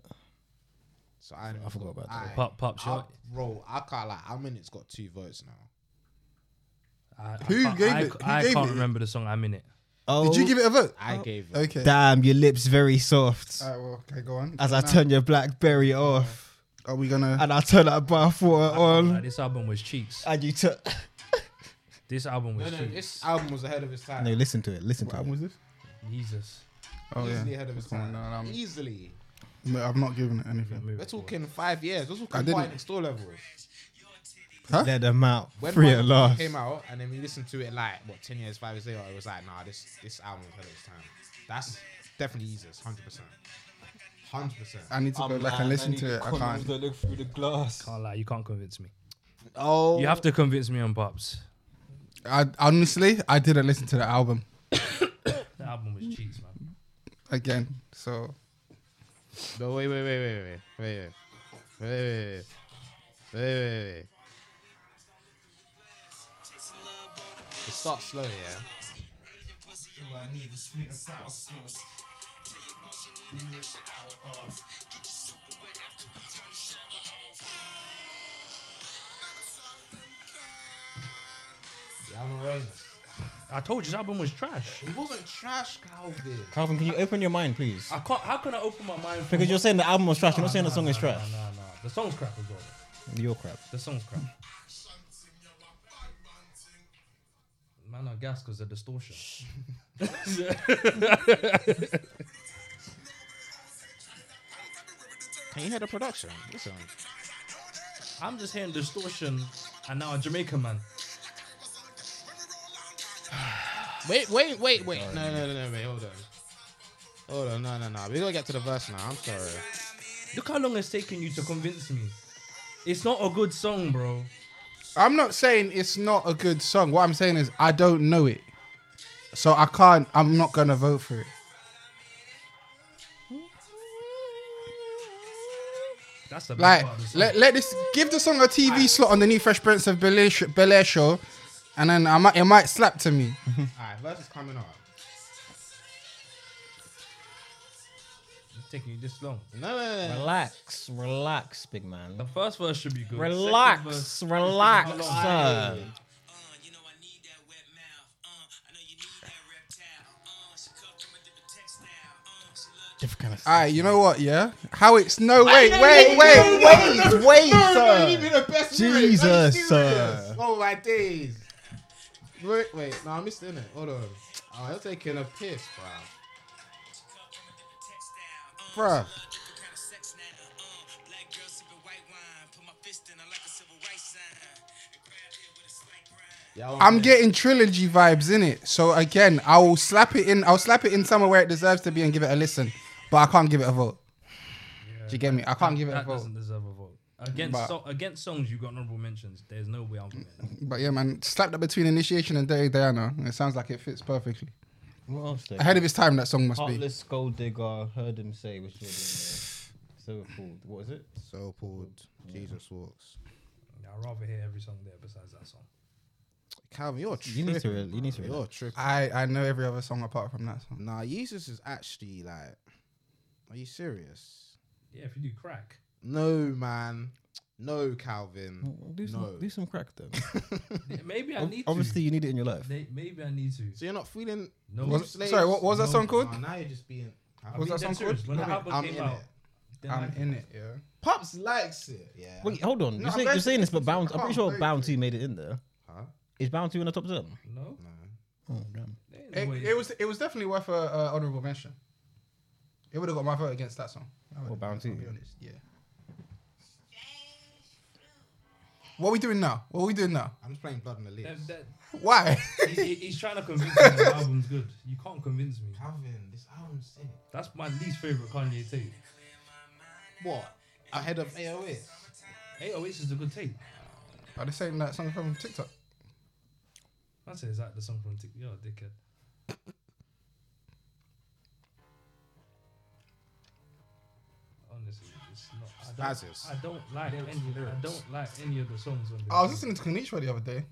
So I, I forgot about that. Pop, pop, I, shot. bro, I can't like. I'm in. It's got two votes now. I, I Who can't- gave I, it? Who I gave can't it? remember the song. I'm in it. Oh, Did you give it a vote? I gave it. Okay. Damn, your Oh, lips very soft. Uh, All right. Well, okay. Go on. as I turn your BlackBerry off. are we gonna? and I turn that bath water Like, on, this album was cheeks. and you took. This album No, was no, cheeks. this album was ahead of its time. No, listen to it. Listen What to album it. was this? Jesus. Oh yeah, Easily ahead of its This one, time. no, no, I'm- Easily. no, I've not given it anything. We're talking five years. We're I talking didn't- quite next door level. Huh? Let them out. When Free Wild at N' last. came out, and then we listened to it like what ten years, five years later, it was like, nah, this this album was ahead of its time. That's definitely Jesus, hundred percent, hundred percent. I need to go back and listen to it. I can't. look through the glass. Can't lie, you can't convince me. Oh, You have to convince me on Pops. I honestly, I didn't listen to the album The album was cheeks, man. again. So No, wait, wait, wait, wait, wait, wait, wait, wait, wait, wait, wait, wait, wait, wait. It starts slow, yeah. Yeah, I'm a Raymond. I told you, this album was trash. It wasn't trash, Calvin. Calvin, can you open your mind, please? I can't. How can I open my mind? Because you're saying the album was trash. You're not saying the song is trash. No, no, no. The song's crap as well. Your crap. The song's crap. Man, I gas because the distortion. Can you hear the production? Listen. I'm just hearing distortion, and now a Jamaican man. Wait, wait, wait, wait. No, no, no, no, wait, hold on. Hold on, no, no, no. We gotta get to the verse now. I'm sorry. Look how long it's taken you to convince me. It's not a good song, bro. I'm not saying it's not a good song. What I'm saying is I don't know it, so I can't. I'm not gonna vote for it. That's the best Like, part of the song. let, let this give the song a TV slot on the new Fresh Prince of Bel Air show, and then I might it might slap to me. Alright, verse is coming up. It's taking you this long. No, no, no, no. Relax, relax, big The man. first verse should be good. The second Relax, verse- relax, sir. Uh, you know I need that wet mouth. Uh, I know you need that reptile. Uh, she come from a different textile. Uh, she love Different kind of. Alright, you know what? Yeah, how it's no wait, wait, wait, wait, wait, No, you sir. need the best lyrics. Are you Jesus, serious? sir. Oh my days. Wait, wait. No, I missed it. innit? Hold on. Oh, you're taking a piss, bro. bruh. Uh, different kind of sex now. Uh, black girl sipping white wine. Put my fist in her like a civil rights sign. And grab it with a slight grind. Yeah, I want I'm this. getting trilogy vibes in it. So again, I will slap it in. I'll slap it in somewhere where it deserves to be and give it a listen. But I can't give it a vote. Do you get me? I can't give it a That vote. doesn't deserve a vote. Against But- so- against songs you got honorable mentions. There's no way I'm putting it. But yeah, man, slap that between Initiation and Dirty Diana. It sounds like it fits perfectly. What else? though? Ahead of its time, that song must be. Heartless Skull Digger, heard him say, which is so called. What is it? so pulled. Jesus walks. Yeah, I'd rather hear every song there besides that song. Calvin, you're You need to tripping, re- you need bro. to You're relax. tripping. I I know every other song apart from that song. Nah, Jesus is actually like. Are you serious? Yeah, if you do crack. No, man. No, Calvin. Do some, No. do some crack then. Yeah, [LAUGHS] Maybe I Ob- need Obviously, to. you need it in your life. May- Maybe I need to. So you're not feeling. No. you Was- slaves? sorry, what, what was that No, song called? Nah, now you're just being. I'm was being that song dead serious. called? When the No, album I'm came in out, it. then I'm I- in it, yeah. Pops likes it. Yeah. Wait, hold on. No, you're, saying, I'm you're saying this, but Bound. I'm can't pretty sure vote Bound Two made it in there. Huh? Is Bound Two in the top ten? No. No. Oh damn. there ain't no It, way. it was it was definitely worth a uh, honorable mention. It would have got my vote against that song. I would've- Bound I'll to. be honest, Yeah. What are we doing now? What are we doing now? I'm just playing blood in the That- leaves. [LAUGHS] that- Why? he- he- he's trying to convince me the album's good. You can't convince me. Calvin, this album's sick. That's my least favorite Kanye tape. [LAUGHS] What? Ahead of AOS. 808 is a good tape. Are they saying that song from TikTok? That's exactly the song from TikTok. You're a dickhead. Honestly, it's not. I don't, Spazzes. I don't like any. I don't like any of the songs on this. I was listening to Kanichwa the other day.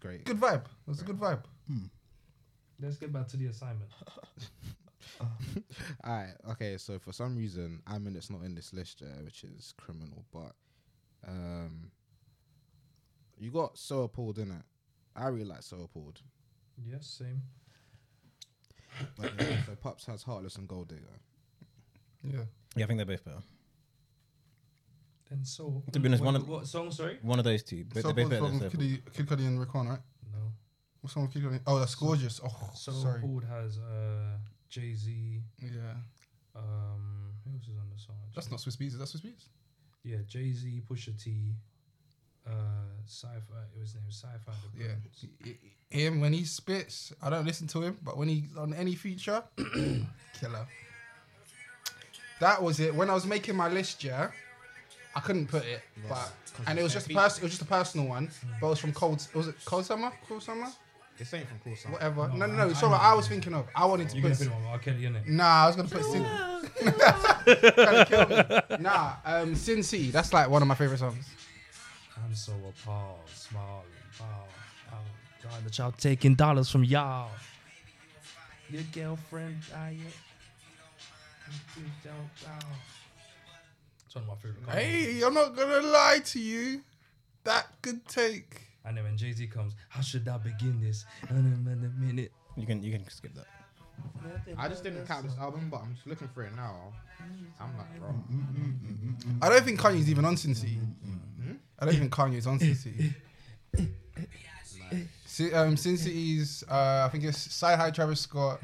Great. Good vibe. It was a good vibe. Let's get back to the assignment. All right. Okay. So for some reason, I mean, it's not in this list, yeah, which is criminal. But um, you got so appalled in it. I really like so appalled. Yes, same. But [COUGHS] yeah, so Pops has heartless and gold digger. Yeah. Yeah, I think they're both better. and Soul. To be honest, one What- of- what song? Sorry, One of those two, but So they're both what's better wrong than with Soul Food. Kid, Kid Cudi and Raekwon, right? no. What's wrong with Kid Cudi? Oh, that's gorgeous. Oh, Soul sorry. Food has uh, Jay Z. Yeah, Um, who else is on the song? that's actually? not Swiss Beats. Is that Swiss Beats? Yeah, Jay Z, Pusha T, uh, Sci-Fi. It was named Sci-Fi. The Yeah. Prince. Him when he spits, I don't listen to him, but when he's on any feature, [COUGHS] killer. That was it. When I was making my list, yeah, I couldn't put it, but and it was just a pers- it was just a personal one, but it was from Cold. Was it Cold Summer? Cold Summer? This ain't from Cool Summer. Whatever. No, No, no, I- no. I It's all right. know. I was thinking of. I wanted to You're gonna put. put it on R. Kelly, innit? Nah, I was gonna put Sin. Trying to kill me. Nah, um, Sin City. That's like one of my favorite songs. I'm so appalled, smiling, power, power. God, the child taking dollars from y'all. Your girlfriend, I It's one of my favorite. Comments. Hey, I'm not gonna lie to you. That could take. And then when Jay Z comes, how should I begin this? And then in a minute. You can you can skip that. I just didn't count this album, but I'm just looking for it now. I'm like, bro. I don't think Kanye's even on Sin City. I don't think Kanye's on Sin City. Si- um, Sin City's, uh, I think it's Sci High, Travis Scott,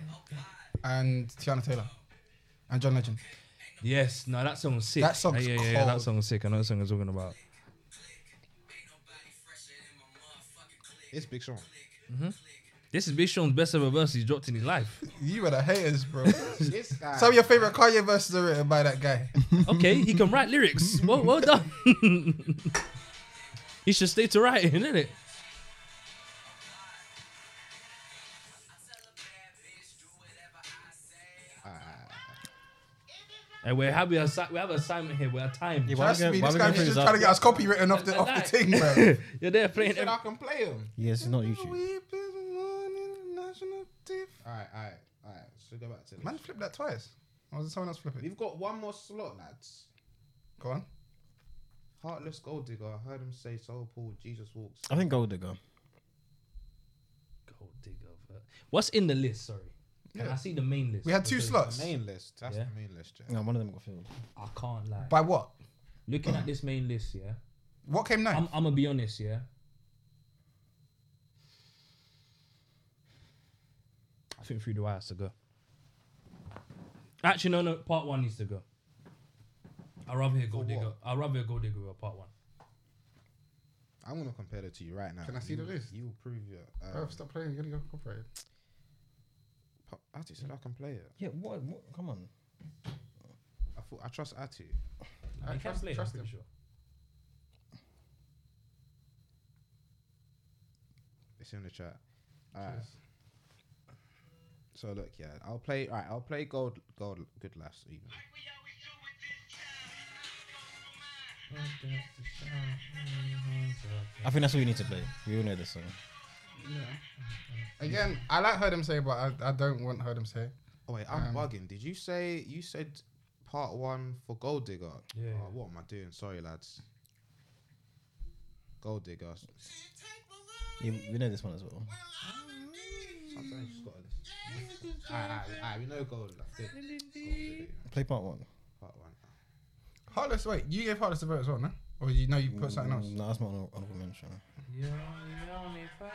and Tiana Taylor, and John Legend. Yes, no, that song's sick. That song's yeah, yeah, yeah, that cold. song's sick. I know the song I'm talking about. It's Big Sean. This is Big Sean's best ever verse he's dropped in his [LAUGHS] life. You are the haters, [LAUGHS] bro. this guy. Some of your favorite Kanye verses are written by that guy. Okay, he can write lyrics. Well, well done. [LAUGHS] he should stay to writing, innit? And we're happy. assi- We have an assignment here. We're timed. Yeah, why Trust we go- me, why this we guy go is through just this trying to up- get us copywritten off the off the thing, [LAUGHS] bro. [LAUGHS] You're there [LAUGHS] playing. Said every- I can play him. Yeah, it's not YouTube. All right, all right, all right. So go back to this. Man, flip that twice. Or was it someone else flip it? We've got one more slot, lads. Go on. Heartless Gold Digger. I heard him say Soul Paul, Jesus Walks. I think Gold Digger. Gold digger. but- What's in the list? Sorry. Can I see the main list? We had two Because slots. The main list. That's Yeah. the main list, yeah. No, one of them got filled. I can't lie. By what? Looking at this main list, yeah. What came I'm, ninth? I'm gonna be honest, yeah. I think Through the Wire has to go. Actually, no, no. Part one needs to go. I'd rather hear Gold Digger. I'd rather hear Gold Digger with part one. I'm gonna compare it to you right now. Can I see you, the list? You will prove your. Bro, Um, stop playing. You're gonna go copyrighted. pop- Ati said I can play it. Yeah, what? what? Come on. I thought I trust Ati. I can trust- play. it, I'm trust pretty sure. It's in the chat. Alright. So look, yeah, I'll play. Alright, I'll play Gold, Gold, Good Last even. I think that's what we need to play. We all know this song. Again, I like heard him say, but I, I don't want heard him say. Oh wait, Um, I'm bugging. Did you say you said part one for Gold Digger? Yeah. Oh, what am I doing? Sorry, lads. Gold Digger. Yeah, we know this one as well. Sometimes you just gotta [LAUGHS] listen. Alright, alright, alright, we know Gold. That's it. Gold Digger, Play part one. Part one. Heartless, wait, you gave Heartless a vote as well, no? Or you know you put something else? No, that's my honor- honorable mention. You're the only power.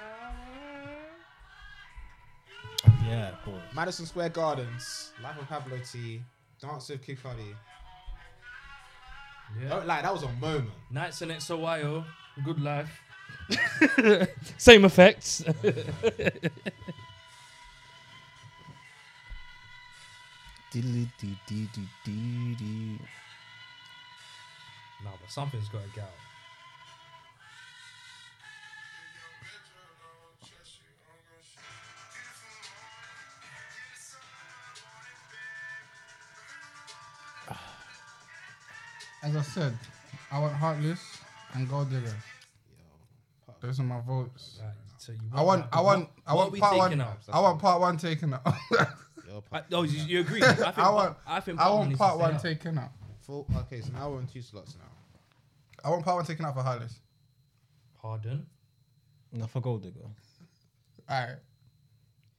Yeah, of course. Madison Square Gardens, Life of Pablo T, Dance with Kid Cudi. Yeah. Oh, Like that was a moment. Nights in XOYO. Good life. [LAUGHS] Same effects. Diddly dee dee dee dee dee. No, but something's got to go. As I said, I want Heartless and Gold Digger. Those are my votes. Right, so you I want, that, I but want, what- I what want are we part one. taking out? I want part one taken out. [LAUGHS] Your I, part. oh, you, you agree? I, think I want, part- I think I want needs to part stay one up. taken out. Full, okay, so now we're on two slots now. I want part one taken out for Heartless. Pardon? No, for Gold Digger. All right.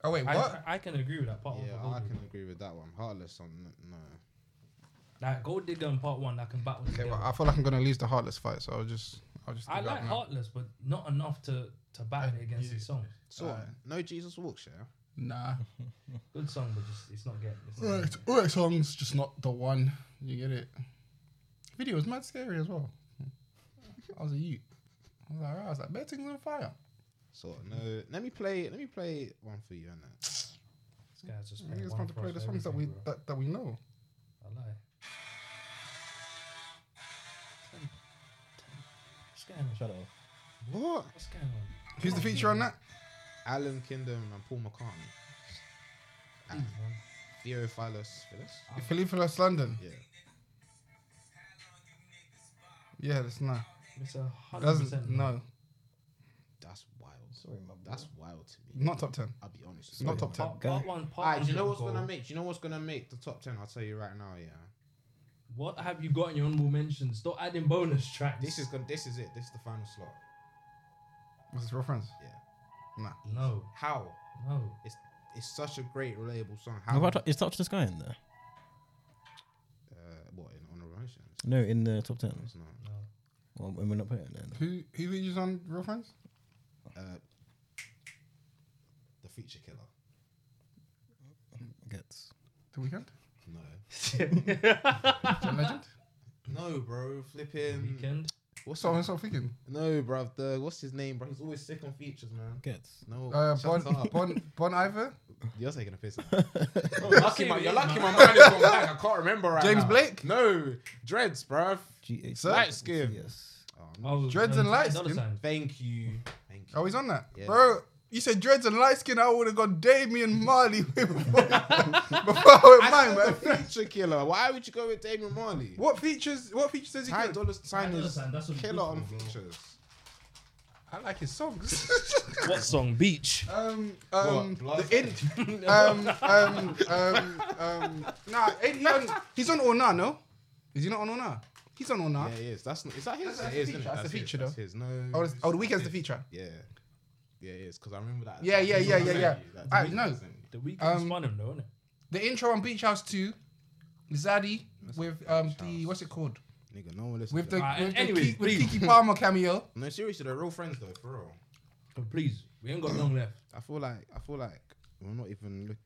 Oh wait, I, what? I can agree with that part. Yeah, one for I Goldie. can agree with that one. Heartless on no. Like Gold Digger in part one, I can battle. Okay, together. well, I feel like I'm gonna lose the heartless fight, so I'll just, I'll just. I give up like now. Heartless, but not enough to to battle it against his song. So no Jesus walks, yeah. Nah, Good song, but just it's not getting. It's not alright, alright, songs, just not the one. You get it. Video was mad scary as well. I was a youth. I was like, right, I was like, bad things on fire. So no, let me play. Let me play one for you, innit? This guy's just I playing just one want to play across the songs that we everything, bro. that, that we know. I lie. What's going on? Shut up. What? What's going on? Who's the feature on that? Alan Kingdom and Paul McCartney. Ah, Please, man. Theo Philus. Philus. Uh, Philippa London. Yeah. Yeah, that's nah. It's a hundred Doesn't percent. man. no. That's wild. Sorry, my bad. That's wild to me. Not top ten. I'll be honest. Not top ten. Part, part one, part Alright, one. do you know what's goal. gonna make? Do you know what's gonna make the top ten? I'll tell you right now. Yeah. What have you got in your honorable mentions? Stop adding bonus tracks. This is gonna. This is it. This is the final slot. Was his real friends? Yeah. Nah. no, How? no. It's it's such a great relatable song. How? How about is Touch the Sky in there? uh, what in honorable mentions? No, in the top ten. It's not. Well, and we're not putting it in. Who who features on real friends? Uh, the feature killer. Gets. The [LAUGHS] weekend? No. [LAUGHS] John Legend? No, bro. Flipping. Weekend. What's So on? I'm so thinking. No, bruv. The what's his name, bro? He's always sick on features, man. Gets. No, Uh, shut bon, up. bon, bon Iver? You're taking a piss. Oh, [LAUGHS] You're okay, lucky, my, but you're yeah, lucky man. my mind is gone back. I can't remember right James now. Blake? No, dreads, bruv. G H. Light skin. Yes. Oh, Oh, Dreads and um, lights, dollar dude. sign. Thank you. Thank you. Oh, he's on that. Yeah. Bro, you said dreads and light skin, I would have got Damien Marley [LAUGHS] way before, before I I said went mine, man. [LAUGHS] the feature killer. Why would you go with Damon Marley? What features what features does he Ty get? Dolla Sign Dollar is sign, that's what it's killer good on for, bro. features. I like his songs. What song? [LAUGHS] Beach. [LAUGHS] um um Blood? the in um um um um nah ain't he on, he's on Orna, no? Is he not on Orna? He's on Orna. Yeah, it is. That's not, is that his? That's- that's it is, the isn't it? feature, that's the his, feature, that's though. his. No. Oh, it's- oh the weekend's the feature. Yeah. Yeah, it is. Because I remember that. Yeah, yeah, That's yeah, what I yeah, sent yeah. you, that I tweet know. I sent you. The weekend's Um, fun him though, isn't it? The intro on Beach House 2, Zaddy with um the what's it called? Nigga, no one listens. With to the, that. Alright, with, the anyways, Ki- with please. Kiki Palmer cameo. no, seriously, they're real friends though, for real. Oh, please, we ain't got long left. I feel like I feel like we're not even look.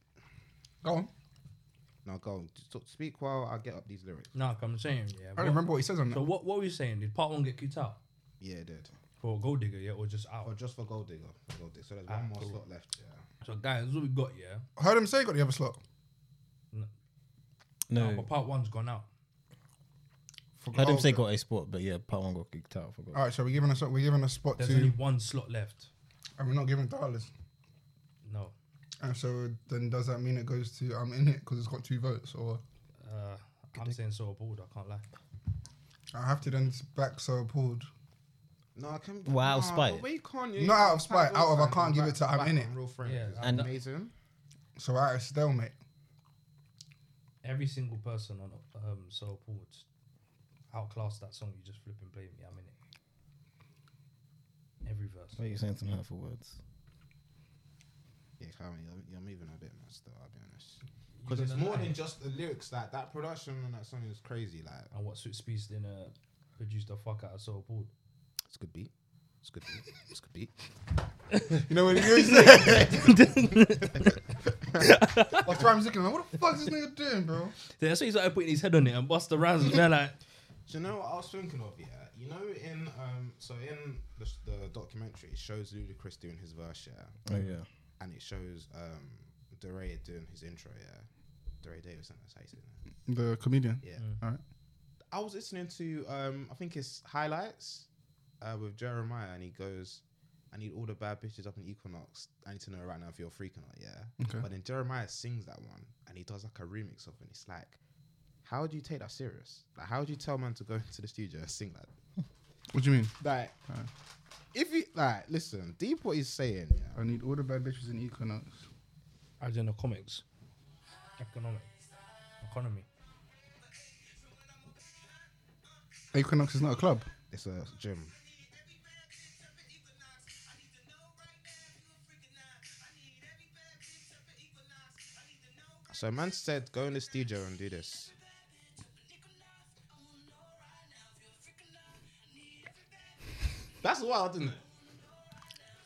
Go on. No, go on. Just talk- speak while I get up these lyrics. No, I'm saying, yeah. I don't what- remember what he says on So that. what what were you saying? Did part one get kicked out Yeah, dude. for Gold Digger, yeah, or just Oh, out? just for gold digger. For gold digger. So there's one more slot left. Yeah. So guys, that's what we got, yeah. Heard him say he got the other slot. No, No. but part one's gone out. I didn't say got a sport, but yeah, part one got kicked out. I forgot. Oh, All right, so we're giving a slot. We're giving a spot There's to, only one slot left. and we're not giving dollars. No, And so then, does that mean it goes to I'm in it because it's got two votes, or uh, I'm saying so bored. I can't lie. I have to then back so appalled? No, I can. Wow, nah, spite. but Wait, Kanye. Not out of spite, Tyler out of I Sign, can't give back- it to I'm back in on it. Real friends. Yeah, is and- amazing. So I stalemate. Every single person on um so bored outclassed that song. You just flipping blame me. I'm in it. Every verse. Why are you saying some hurtful words? Yeah, Kanye, you're, you're moving a bit, man. Still, I'll be honest. You Because it's gonna more lie? than just the lyrics. Like that production on that song is crazy. Like And what Sweet Speeds didn't uh, produce the fuck out of so bored. it's a good beat. It's a good beat. It's a good [LAUGHS] beat. You know what he was saying? After I'm looking, like, what the fuck is this nigga doing, bro? That's why he started putting his head on it and bust the rounds. And they're like, Do you know what I was thinking of? Yeah, you know, in um, so in the, sh- the documentary, it shows Ludacris doing his verse, yeah, Oh yeah. and it shows um, Dre doing his intro, yeah. Dre Davidson, that's how you say it. [LAUGHS] The comedian. Yeah. All right. I was listening to um, I think it's highlights uh, with Jeremiah, and he goes, "I need all the bad bitches up in Equinox. I need to know right now if you're freaking or not." Yeah. Okay. But then Jeremiah sings that one, and he does like a remix of it. And it's like, how do you take that serious? Like, how do you tell man to go [LAUGHS] into the studio and sing that? What do you mean? Like, Alright. if you like, listen, deep what he's saying. Yeah. I need all the bad bitches in Equinox. [LAUGHS] as in the comics, economic, economy. Equinox is not a club. It's a gym. So man said, go in the studio and do this. That's wild, isn't it?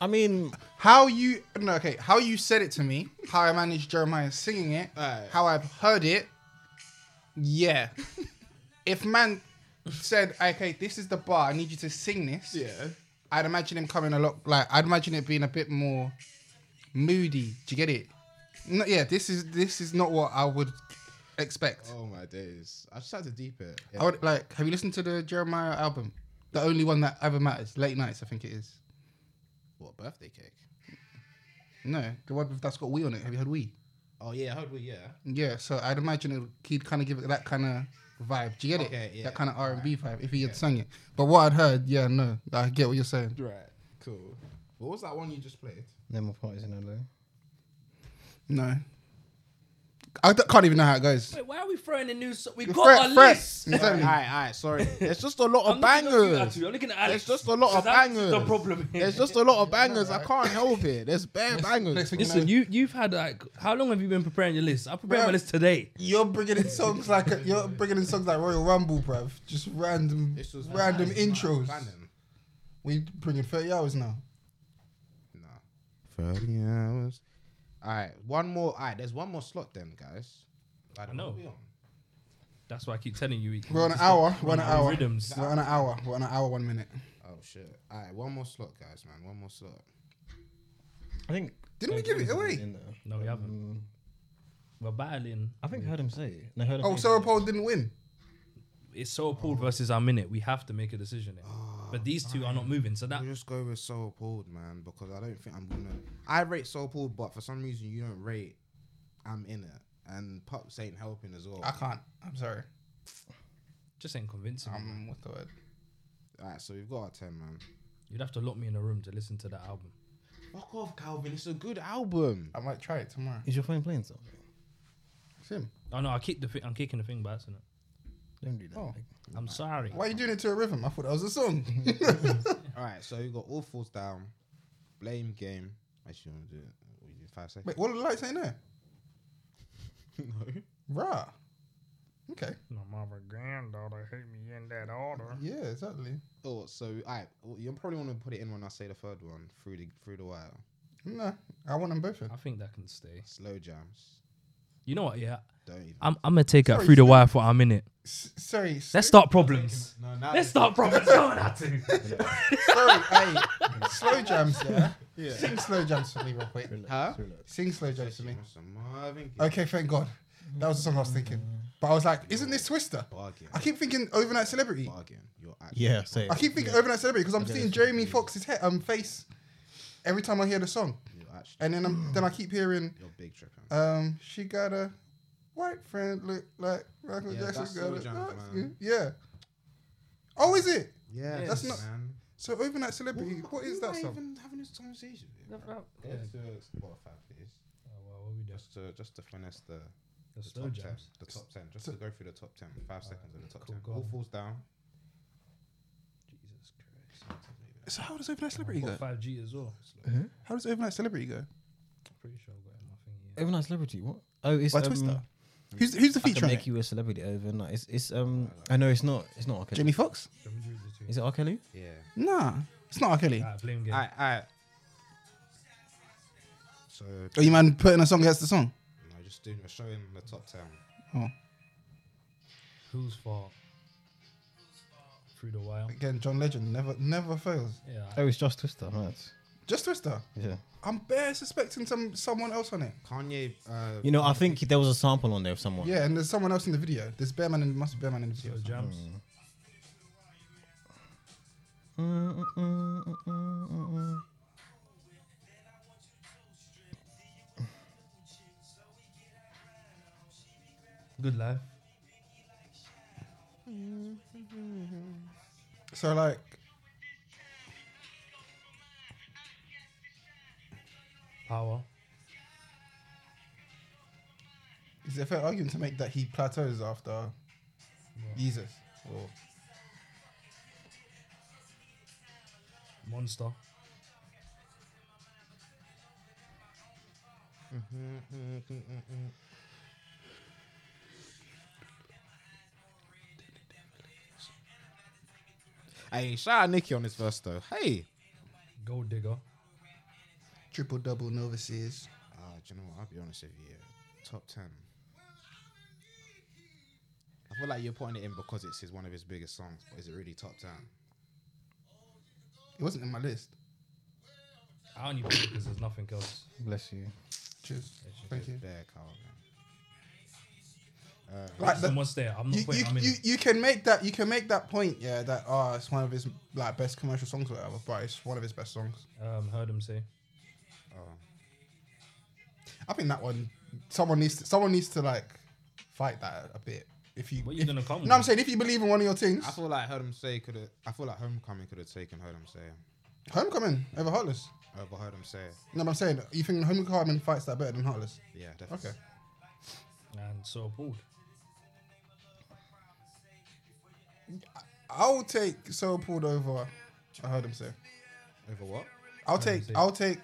I mean, How you no okay? How you said it to me? How I managed Jeremiah singing it? Aye. How I've heard it? Yeah. if man said, "Okay, this is the bar. I need you to sing this." I'd imagine him coming a lot. Like I'd imagine it being a bit more moody. Do you get it? No, yeah. This is this is not what I would expect. Oh my days. I just had to deep it. I would like. Have you listened to the Jeremiah album? The only one that ever matters. Late nights, I think it is. What birthday cake? No, the one that's got we on it. Have you heard we? Oh yeah, how do we? Yeah. Yeah, so I'd imagine it would, he'd kind of give it that kind of vibe. Do you get Okay, it? yeah. That kind of R and B vibe. If he had sung it, but what I'd heard, yeah, no, I get what you're saying. Right. Cool. What was that one you just played? no more parties in LA. No, I d- can't even know how it goes. Wait, why are we throwing the news? We You're got fret- a fret. list. Exactly. Alright, alright, [LAUGHS] sorry. There's just a lot of I'm looking at you, bangers. actually. I'm looking at Alex. There's just a lot of That's bangers. The problem. here. There's just a lot of bangers. I can't help it. There's bare bangers. [LAUGHS] Next thing you Listen, know, you you've had like how long have you been preparing your list? I prepared my Bruh. list today. you're bringing in songs like you're bringing in songs like Royal Rumble, bruv. Just random, This was- random this was intros. planning. We bringing thirty hours now. No. 30 hours. All right, one more. All right, there's one more slot then, guys. I don't know. what we on. That's why I keep telling you. We're on an hour. We're Run on an our hour. rhythms. We're on an hour. We're on an hour. One minute. Oh, shit. All right, one more slot, guys, man. One more slot. I think Didn't we give it away? No, we haven't. Um, We're battling. I think I heard him say. it. No, I heard him Oh, say Sarah it. Paul didn't win. It's so Paul versus our minute. We have to make a decision. here. but these two are not moving. So that I'll just go with Soul Pulled, man, because I don't think I'm gonna. I rate Soul Pulled, but for some reason you don't rate. I'm in it, and Pups ain't helping as well. I can't. I'm sorry. just ain't convincing. me. Um, what's the word? All right, so we've got our ten, man. You'd have to lock me in a room to listen to that album. Fuck off, Calvin. It's a good album. I might try it tomorrow. Is your phone playing something? Sim, Oh no, I keep the thing. I'm kicking the thing by accident. Don't do that. Oh. Like, I'm sorry. why are you doing it to a rhythm? I thought that was [LAUGHS] a song. All right, so we've got all falls down, blame game. Actually, you want to do it? We do five seconds. Wait, what are the lights ain't there? [LAUGHS] no. Rah. Okay. My mother granddaughter hate me in that order. Yeah, exactly. Oh, so I you probably want to put it in when I say the third one through the through the wire. No, I want them both. in. I think that can stay. Slow jams. You know what? Yeah, Don't even. I'm. I'm gonna take out Sorry, through the Steve. wire for our minute. S- sorry. Let's slow- start problems. No, now Let's start [LAUGHS] problems. Going at to. Sorry, hey. slow jams, [LAUGHS] yeah? Yeah. Sing slow jams for me real quick. Huh? Sing slow jams for me. Some Marvin Gaye Okay, thank God. That was the song I was thinking. But I was like, isn't this Twister? Bargain. I keep thinking Overnight Celebrity. Bargain. You're actually. Yeah, say it. I keep thinking Overnight Celebrity because I'm seeing Jeremy Fox's head, um, face every time I hear the song. You're actually. And then, I'm, then I keep hearing You're big tripping. Um, she got a white friend look like Michael Yeah, Jackson that's got a Soulja, man. yeah. Oh, is it? yeah, that's not- Man. So overnight celebrity. what is that song? Even having this conversation. With you, bro. Go to Spotify, please. Just to just to finesse the, the top ten, the top ten, just to go through the top ten. Five seconds of the top cool, ten. go All on. falls down. Jesus Christ. So how does overnight celebrity go? Got 5G as well. How does overnight celebrity go? Pretty sure I got it in my thing. Yeah. Overnight celebrity. What? Oh, it's By um, Twister. Who's who's the I can feature on make it? you a celebrity overnight. It's it's um. I know it's not. It's not R. Kelly. Jamie Foxx? Is it R. Kelly? Yeah. Nah, it's not R. Kelly. Alright, blame game. Alright, alright. So Are you man putting a song against the song? no, just doing a show in the top ten. Oh, Whose fault? Through the wire. again, John Legend never never fails. Yeah. Oh, it's just Twister. Right. Just Twister. Yeah. I'm bare suspecting some someone else on it. Kanye. Uh, You know, I think there was a sample on there of someone. Yeah, and there's someone else in the video. There's bear man and must be bear man in the video. Yo, jams. Mm, mm, mm, mm, mm, mm, mm. Good life. So like, Power. Is it a fair argument to make that he plateaus after Jesus? Or Monster. Hey, shout out Nikki on his verse though. Hey. Gold digger. Triple double Nova Seas. Uh, do you know what? I'll be honest with you. Top ten. I feel like you're putting it in because it's his, one of his biggest songs, but is it really top ten? It wasn't in my list. I only pick because there's nothing else. Bless you. Cheers. Thank you. Bear cow, man. Uh, Like the, Someone's there. I'm not you, putting. you, I'm in. you, you can make that you can make that point, yeah, that uh it's one of his like best commercial songs or whatever, but it's one of his best songs. um, heard him say. Uh, I think that one someone needs to someone needs to like fight that a bit. If you, What you if, gonna come No, I'm with? saying if you believe in one of your things, I feel like Heard Him Say could have. I feel like Homecoming could have taken Heard Him Say Homecoming over Heartless. over Heard Him Say. No, but I'm saying you think Homecoming fights that better than Heartless? Yeah, definitely. Okay. And so appalled. I'll take so pulled over. I heard him say. Over what? I'll take I'll take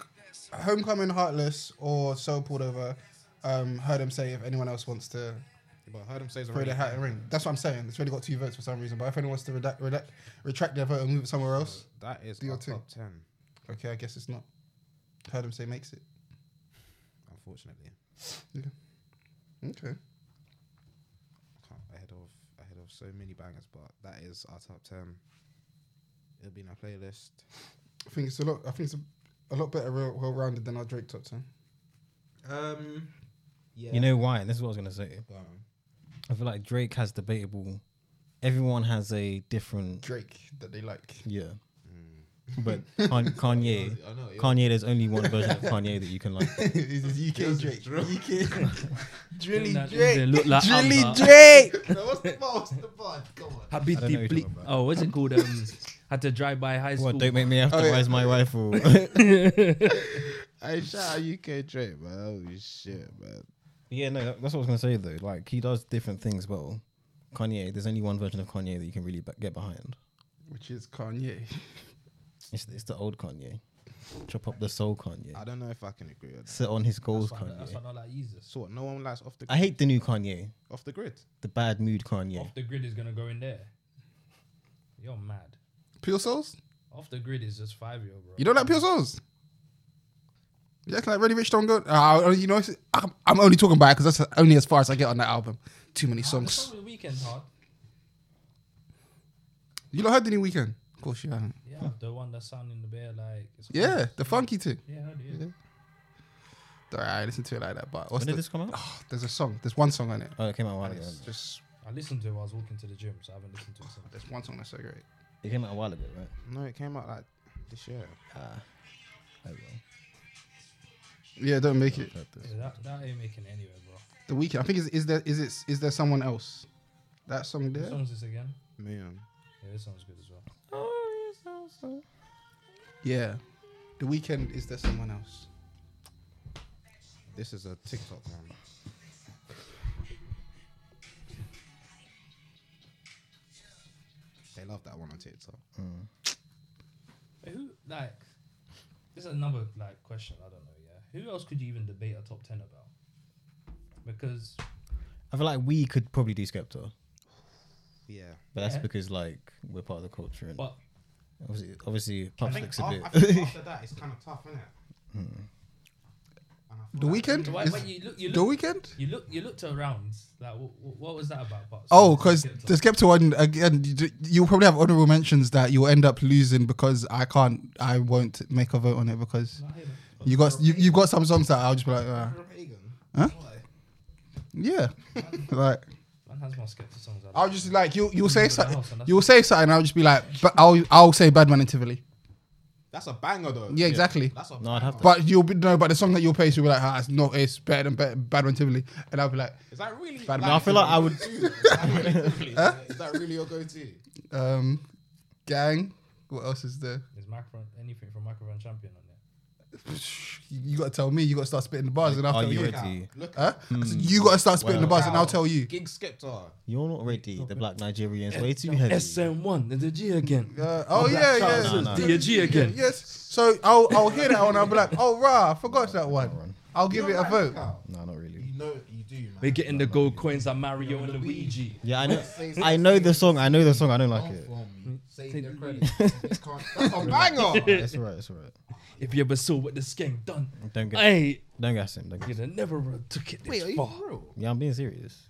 Homecoming Heartless or So Pulled Over. Um, heard him say if anyone else wants to But Heard Him Say's throw already. their hat in the ring. That's what I'm saying. It's really got two votes for some reason. But if anyone wants to redact, redact, retract their vote and move it somewhere else, That is Do your our thing. top ten, okay, I guess it's not. Heard him say makes it. unfortunately. Okay. Can't- Ahead of ahead of so many bangers, but that is our top ten. It'll be in our playlist. I think it's a lot. I think it's a, a lot better, real, well-rounded than our Drake top ten. Um, yeah. You know why? This is what I was gonna say. Go on. I feel like Drake has debatable. Everyone has a different. Drake that they like. Yeah. [LAUGHS] But Kan- Kanye, Mm. I know, yeah. Kanye, there's only one version of Kanye that you [LAUGHS] can like. [LAUGHS] This is UK Drake. UK Drilly Drake. Look like um, Drilly Amber. Drake. No, what's the bar? What's the bar? Come on. don't know Habidi which Bli- one, bro. Oh, what's it called? Um, [LAUGHS] had to drive by high school. What? Don't make me Oh, have to yeah. rise my rifle. [LAUGHS] Hey, shout out UK Drake, man. Holy shit, man. yeah, no, that- that's what I was gonna say though. Like he does different things well. Kanye, there's only one version of Kanye that you can really be- get behind. Which is Kanye. It's, it's the old Kanye. Chop up the soul Kanye. I don't know if I can agree with that. Sit on his goals That's why I- that's why Kanye. I don't like Jesus. So what? No one likes off the I hate the new Kanye. off the grid. The bad mood Kanye. Oh, Off the grid is gonna go in there. You're mad. Pure Souls? Off the grid is just five year old, bro. You don't like Pure Souls? You act like Ready Rich Don't Go. Uh, you know, it's- I'm, I'm only talking about it because that's only as far as I get on that album. Too many The songs. song with Weekend hard. You not heard any weekend? Of course you haven't. Yeah, the one that sound in the bear like. It's Yeah, the funky too. Yeah, I did. All right, I listen to it like that. But what's When did the- this come [SIGHS] out? oh, there's a song. There's one song on it. Oh, it came out a while And ago. it's didn't just I listened to it while I was walking to the gym, so I haven't listened to it since. there's one song that's so great. It It came out a while ago, right? No, it came out like this year. Oh, well. Yeah, don't make it. Yeah, that, that ain't making it anywhere, bro. The weekend. I think is is there is it is there someone else? That song What there. song's this again? Man. Yeah, this sounds good as well. Yeah, the weekend is there someone else? This is a TikTok one. They love that one on TikTok. But who like? This is another like question. I don't know. Yeah, who else could you even debate a top ten about? Because I feel like we could probably do Skepta, Yeah. but that's Yeah. because like we're part of the culture and but obviously, obviously I Pups think, looks af- a I bit. Hmm. think [LAUGHS] after that, it's kind of tough, isn't it? The weekend. why, Is- why you look you the look weekend. you look you looked around. Like what, what was that about? But Oh, because the Skepta one again. you d- You'll probably have honorable mentions that you'll end up losing because I can't. I won't make a vote on it because you got you you got some songs that I'll just be like, uh, Reagan. Huh? Why? yeah, [LAUGHS] like man has more skeptic songs. I I'll just like you you'll say Remember the something house and that's- you'll say something. I'll just be like, but I'll I'll say Badman and Tivoli. That's a banger, though. Yeah, exactly. That's a No, I'd have banger. to. But you'll be no, but the song that you'll play, you'll be like, ah, it's not, it's better than Ba- Badman Tivoli, and I'll be like, Is that really? Bad No, I feel like I would. [LAUGHS] Is that really your go-to? um, gang, what else is there? Is Macron anything from Macron Champion on there? You gotta tell me. You gotta start spitting the bars, and I'll Are tell you you. ready? Now, Look Huh? at I said, you gotta start spitting the Well- bars, and I'll tell you. Gig Skepta. You're not ready. The black Nigerians way too heavy. one, the G again. Uh, oh yeah, yeah, No, no, The G again. yes. So I'll I'll hear that one. I'll be like, oh rah, I forgot that one. I'll give it a vote. No, not really. [LAUGHS] You know you do, man. We're getting the gold coins like Mario and Luigi. Yeah, I know. I know the song. I know the song. I don't like it. save Take their the credit. This can't- That's a [LAUGHS] banger. It's alright. It's alright. If you ever saw what this gang done, Don't get. hey, Don't gas him. Don't gas you'd have never have took it this Wait, are you far. for real? Yeah, I'm being serious.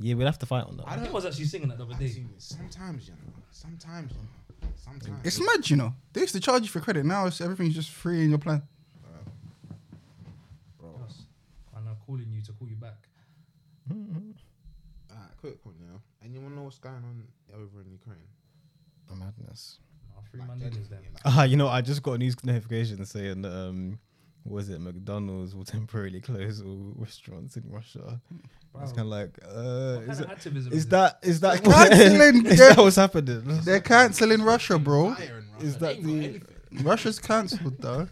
Yeah, we'll have to fight on that. I think I was actually singing that the other I day. see it. Sometimes, you know. Sometimes, you know. Sometimes. It's mad, you know. They used to charge you for credit. Now it's everything's just free in [LAUGHS] your plan. And I'm calling you to call you back. Alright, quick one, you know. Anyone know what's going on over in Ukraine? Oh, madness. I'll free my niggas then. Ah, you know, I just got a news notification saying that um, was it McDonald's will [LAUGHS] temporarily close all restaurants in Russia. It's kind of like, uh, What is, kind of that, activism is it? that is [LAUGHS] that [LAUGHS] Canceling is their- that what's happening? They're cancelling Russia, bro. Iron Russia. Is that the Russia's cancelled, though.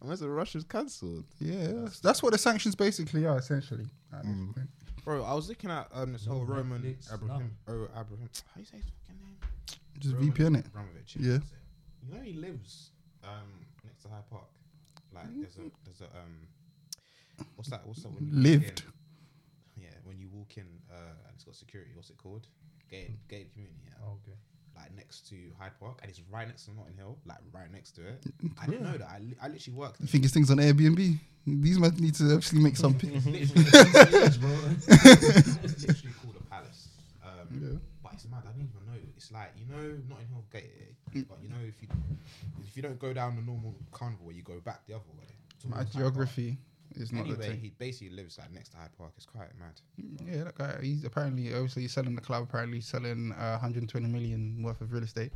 Unless the Russia's cancelled. Yeah, that's what the sanctions basically are, essentially. at this Mm. point. Bro, I was looking at um, this whole Roman Netflix, Abraham. Oh, Abraham. How you say his fucking name? Just Roman VPN it. Abramovich. Yeah. that's it. You know he lives um, next to Hyde Park. Like there's a there's a um, what's that? What's that? When you walk Lived. in? yeah, when you walk in, uh, and it's got security. What's it called? Gated gated community. Yeah. Oh, okay. [LAUGHS] Like next to Hyde Park, and it's right next to Notting Hill. Like right next to it. I didn't know that. I, li- I literally [LAUGHS] worked. You think his thing's on Airbnb? These men need to actually make [LAUGHS] some. p- literally, it's literally called a palace. Um, Yeah. But it's mad. I didn't even know. It's like you know, Notting Hill Gate. eh, Mm. But you know, if you if you don't go down the normal carnival, way, you go back the other way. towards My Hyde Park. geography is not the Anyway, thing. he basically lives like next to Hyde Park. It's quite mad. Yeah, that guy. He's apparently obviously he's selling the club. Apparently he's selling uh, 120 million worth of real estate.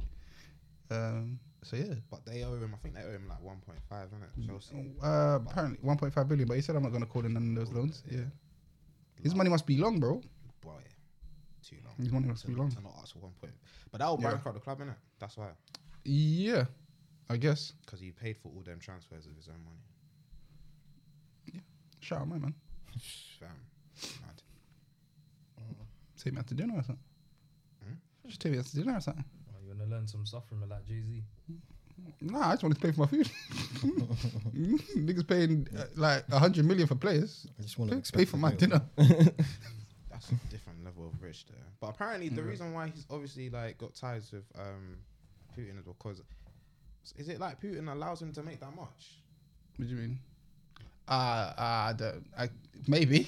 Um. So yeah. But they owe him. I think they owe him like 1.5, isn't Mm. it? Chelsea. Uh, apparently 1.5 billion, but he said I'm not gonna call in none of those loans. Yeah. His money must be long, bro. Boy, too long. His money must to, be long. to not ask for one point. But that will Yeah. bankrupt the club, innit? That's why. Yeah, I guess. Because he paid for all them transfers with his own money. Shout out my man. Fam, mad. Take me out to dinner or something. Hmm? Just take me out to dinner or something. Oh, you want to learn some stuff from it, like Jay Z? Nah, I just wanted to pay for my food. [LAUGHS] Niggas paying uh, like a hundred million for players. I just want Pay, to pay for my dinner. That's a different level of rich there. But apparently, Mm. the reason why he's obviously like got ties with um, Putin is because is it like Putin allows him to make that much? What do you mean? Uh, uh the, I, maybe.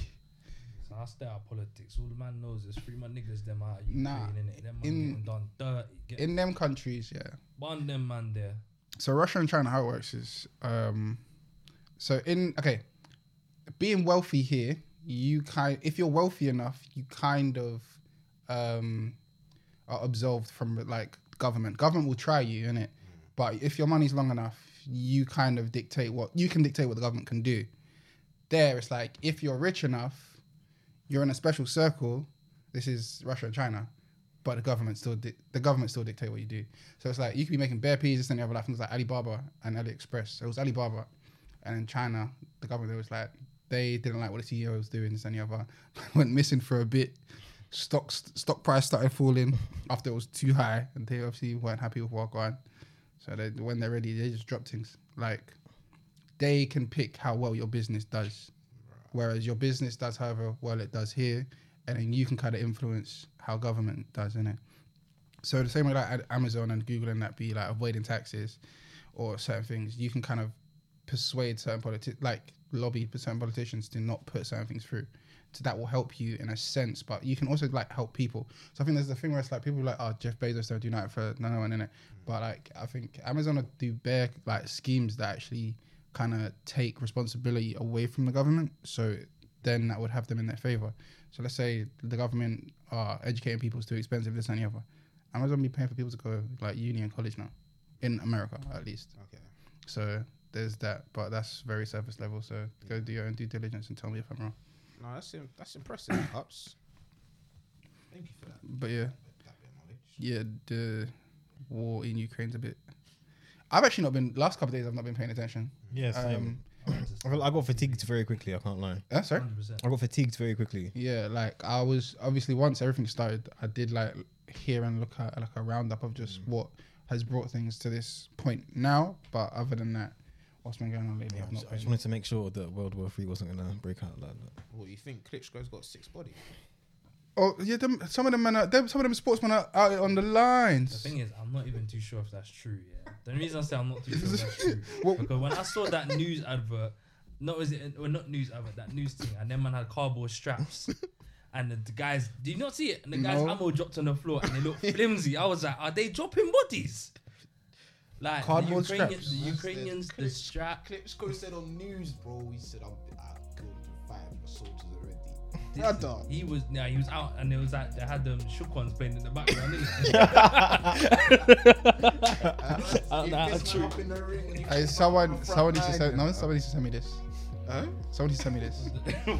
So I stay out of politics. All the man knows is free my niggas them out of Ukraine, Nah, innit? Them man in- getting done dirty. Get In them countries, yeah. one them man there. So Russia and China, how it works is, um, so in okay, being wealthy here, you kind if you're wealthy enough, you kind of um, are absolved from like government. Government will try you in it, but if your money's long enough, you kind of dictate what you can dictate what the government can do. There, it's like if you're rich enough, you're in a special circle. This is Russia and China, but the government still di- the government still dictate what you do. So it's like you could be making bare peas this and the other. Like things like Alibaba and AliExpress. So it was Alibaba, and in China, the government was like they didn't like what the CEO was doing this and the other. [LAUGHS] Went missing for a bit. Stocks stock price started falling after it was too high, and they obviously weren't happy with what gone. So they, when they're ready, they just drop things. Like they can pick how well your business does. Whereas your business does however well it does here, and then you can kind of influence how government does in it. So the same way like at Amazon and Google and that be like avoiding taxes or certain things, you can kind of persuade certain politi- like lobby for certain politicians to not put certain things through. So that will help you in a sense, but you can also like help people. So I think there's the thing where it's like people are like, oh, Jeff Bezos don't do nothing for no one in it, but like I think Amazon will do bare like schemes that actually kind of take responsibility away from the government. So then that would have them in their favor. So let's say the government are educating people is too expensive, this and the other. Amazon be paying for people to go like uni and college now, in America at least. Okay. So there's that, but that's very surface level. So go do your own due diligence and tell me if I'm wrong. No, that's im- [COUGHS] that's impressive. Ups. Thank you for that. But yeah, That bit of knowledge. yeah, the war in Ukraine's a bit. I've actually not been last couple of days. I've not been paying attention. Yeah, same. Um, I, feel- I got fatigued very quickly. I can't lie. uh, sorry. 100%. I got fatigued very quickly. Yeah, like I was obviously once everything started, I did like hear and look at like a roundup of just Mm. what has brought things to this point now. But other than that, what's been going on lately? I I've just, not I just been. wanted to Oh, make sure that World War Three wasn't gonna break out like that. Well, you think Klitschko's got six bodies? Oh yeah, them, some of them man, are, them, some of them sportsmen are out on the The lines. thing is, I'm not even too sure if that's true. Yeah. The reason I say I'm not too sure if that's true [LAUGHS] What- because when I saw that news advert, not was it well, not news advert that news thing, and then man had cardboard straps. [LAUGHS] And the, the guys, did you not see it? And the guys' No. ammo dropped on the floor, and they [LAUGHS] looked flimsy. I was like, are they dropping bodies? Like Cardboard the Ukrainians, straps. the Ukrainians, the strap. Clips could have said on news, bro. He said, I'm, I killed five soldiers already. [LAUGHS] This- Brother. He was nah, he was out and it was like they had them shook ones playing in the background. [LAUGHS] innit? Uh, nah, that's true. in the [LAUGHS] ring, he Hey, put him someone, on front someone needs to line, send. No, you somebody needs to send me this. know? Huh? Somebody send me this.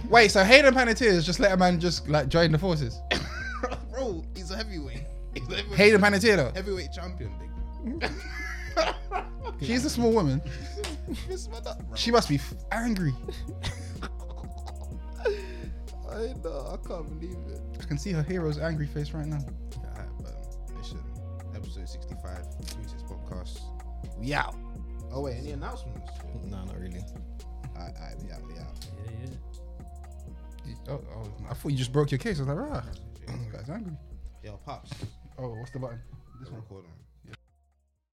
Wait, so Hayden Panettiere just let a man just like join the forces. [LAUGHS] bro, he's a heavyweight. He's a heavyweight, Hayden Panettiere, though. heavyweight champion, [LAUGHS] big man. she's a small woman. This man up, bro. She must be f- angry. I know, I can't believe it. [LAUGHS] I can see her hero's angry face right now. Alright, but listen, episode 65, Sweetest Podcast. We out. Oh, wait, any [LAUGHS] announcements? No, not really. Alright, alright, we out, we [CLEARS THROAT] out. yeah, yeah. Oh, oh, I thought you just broke your case. I was like, rah. This guy's angry. Yo, Pops, Oh, what's the button? this one recording.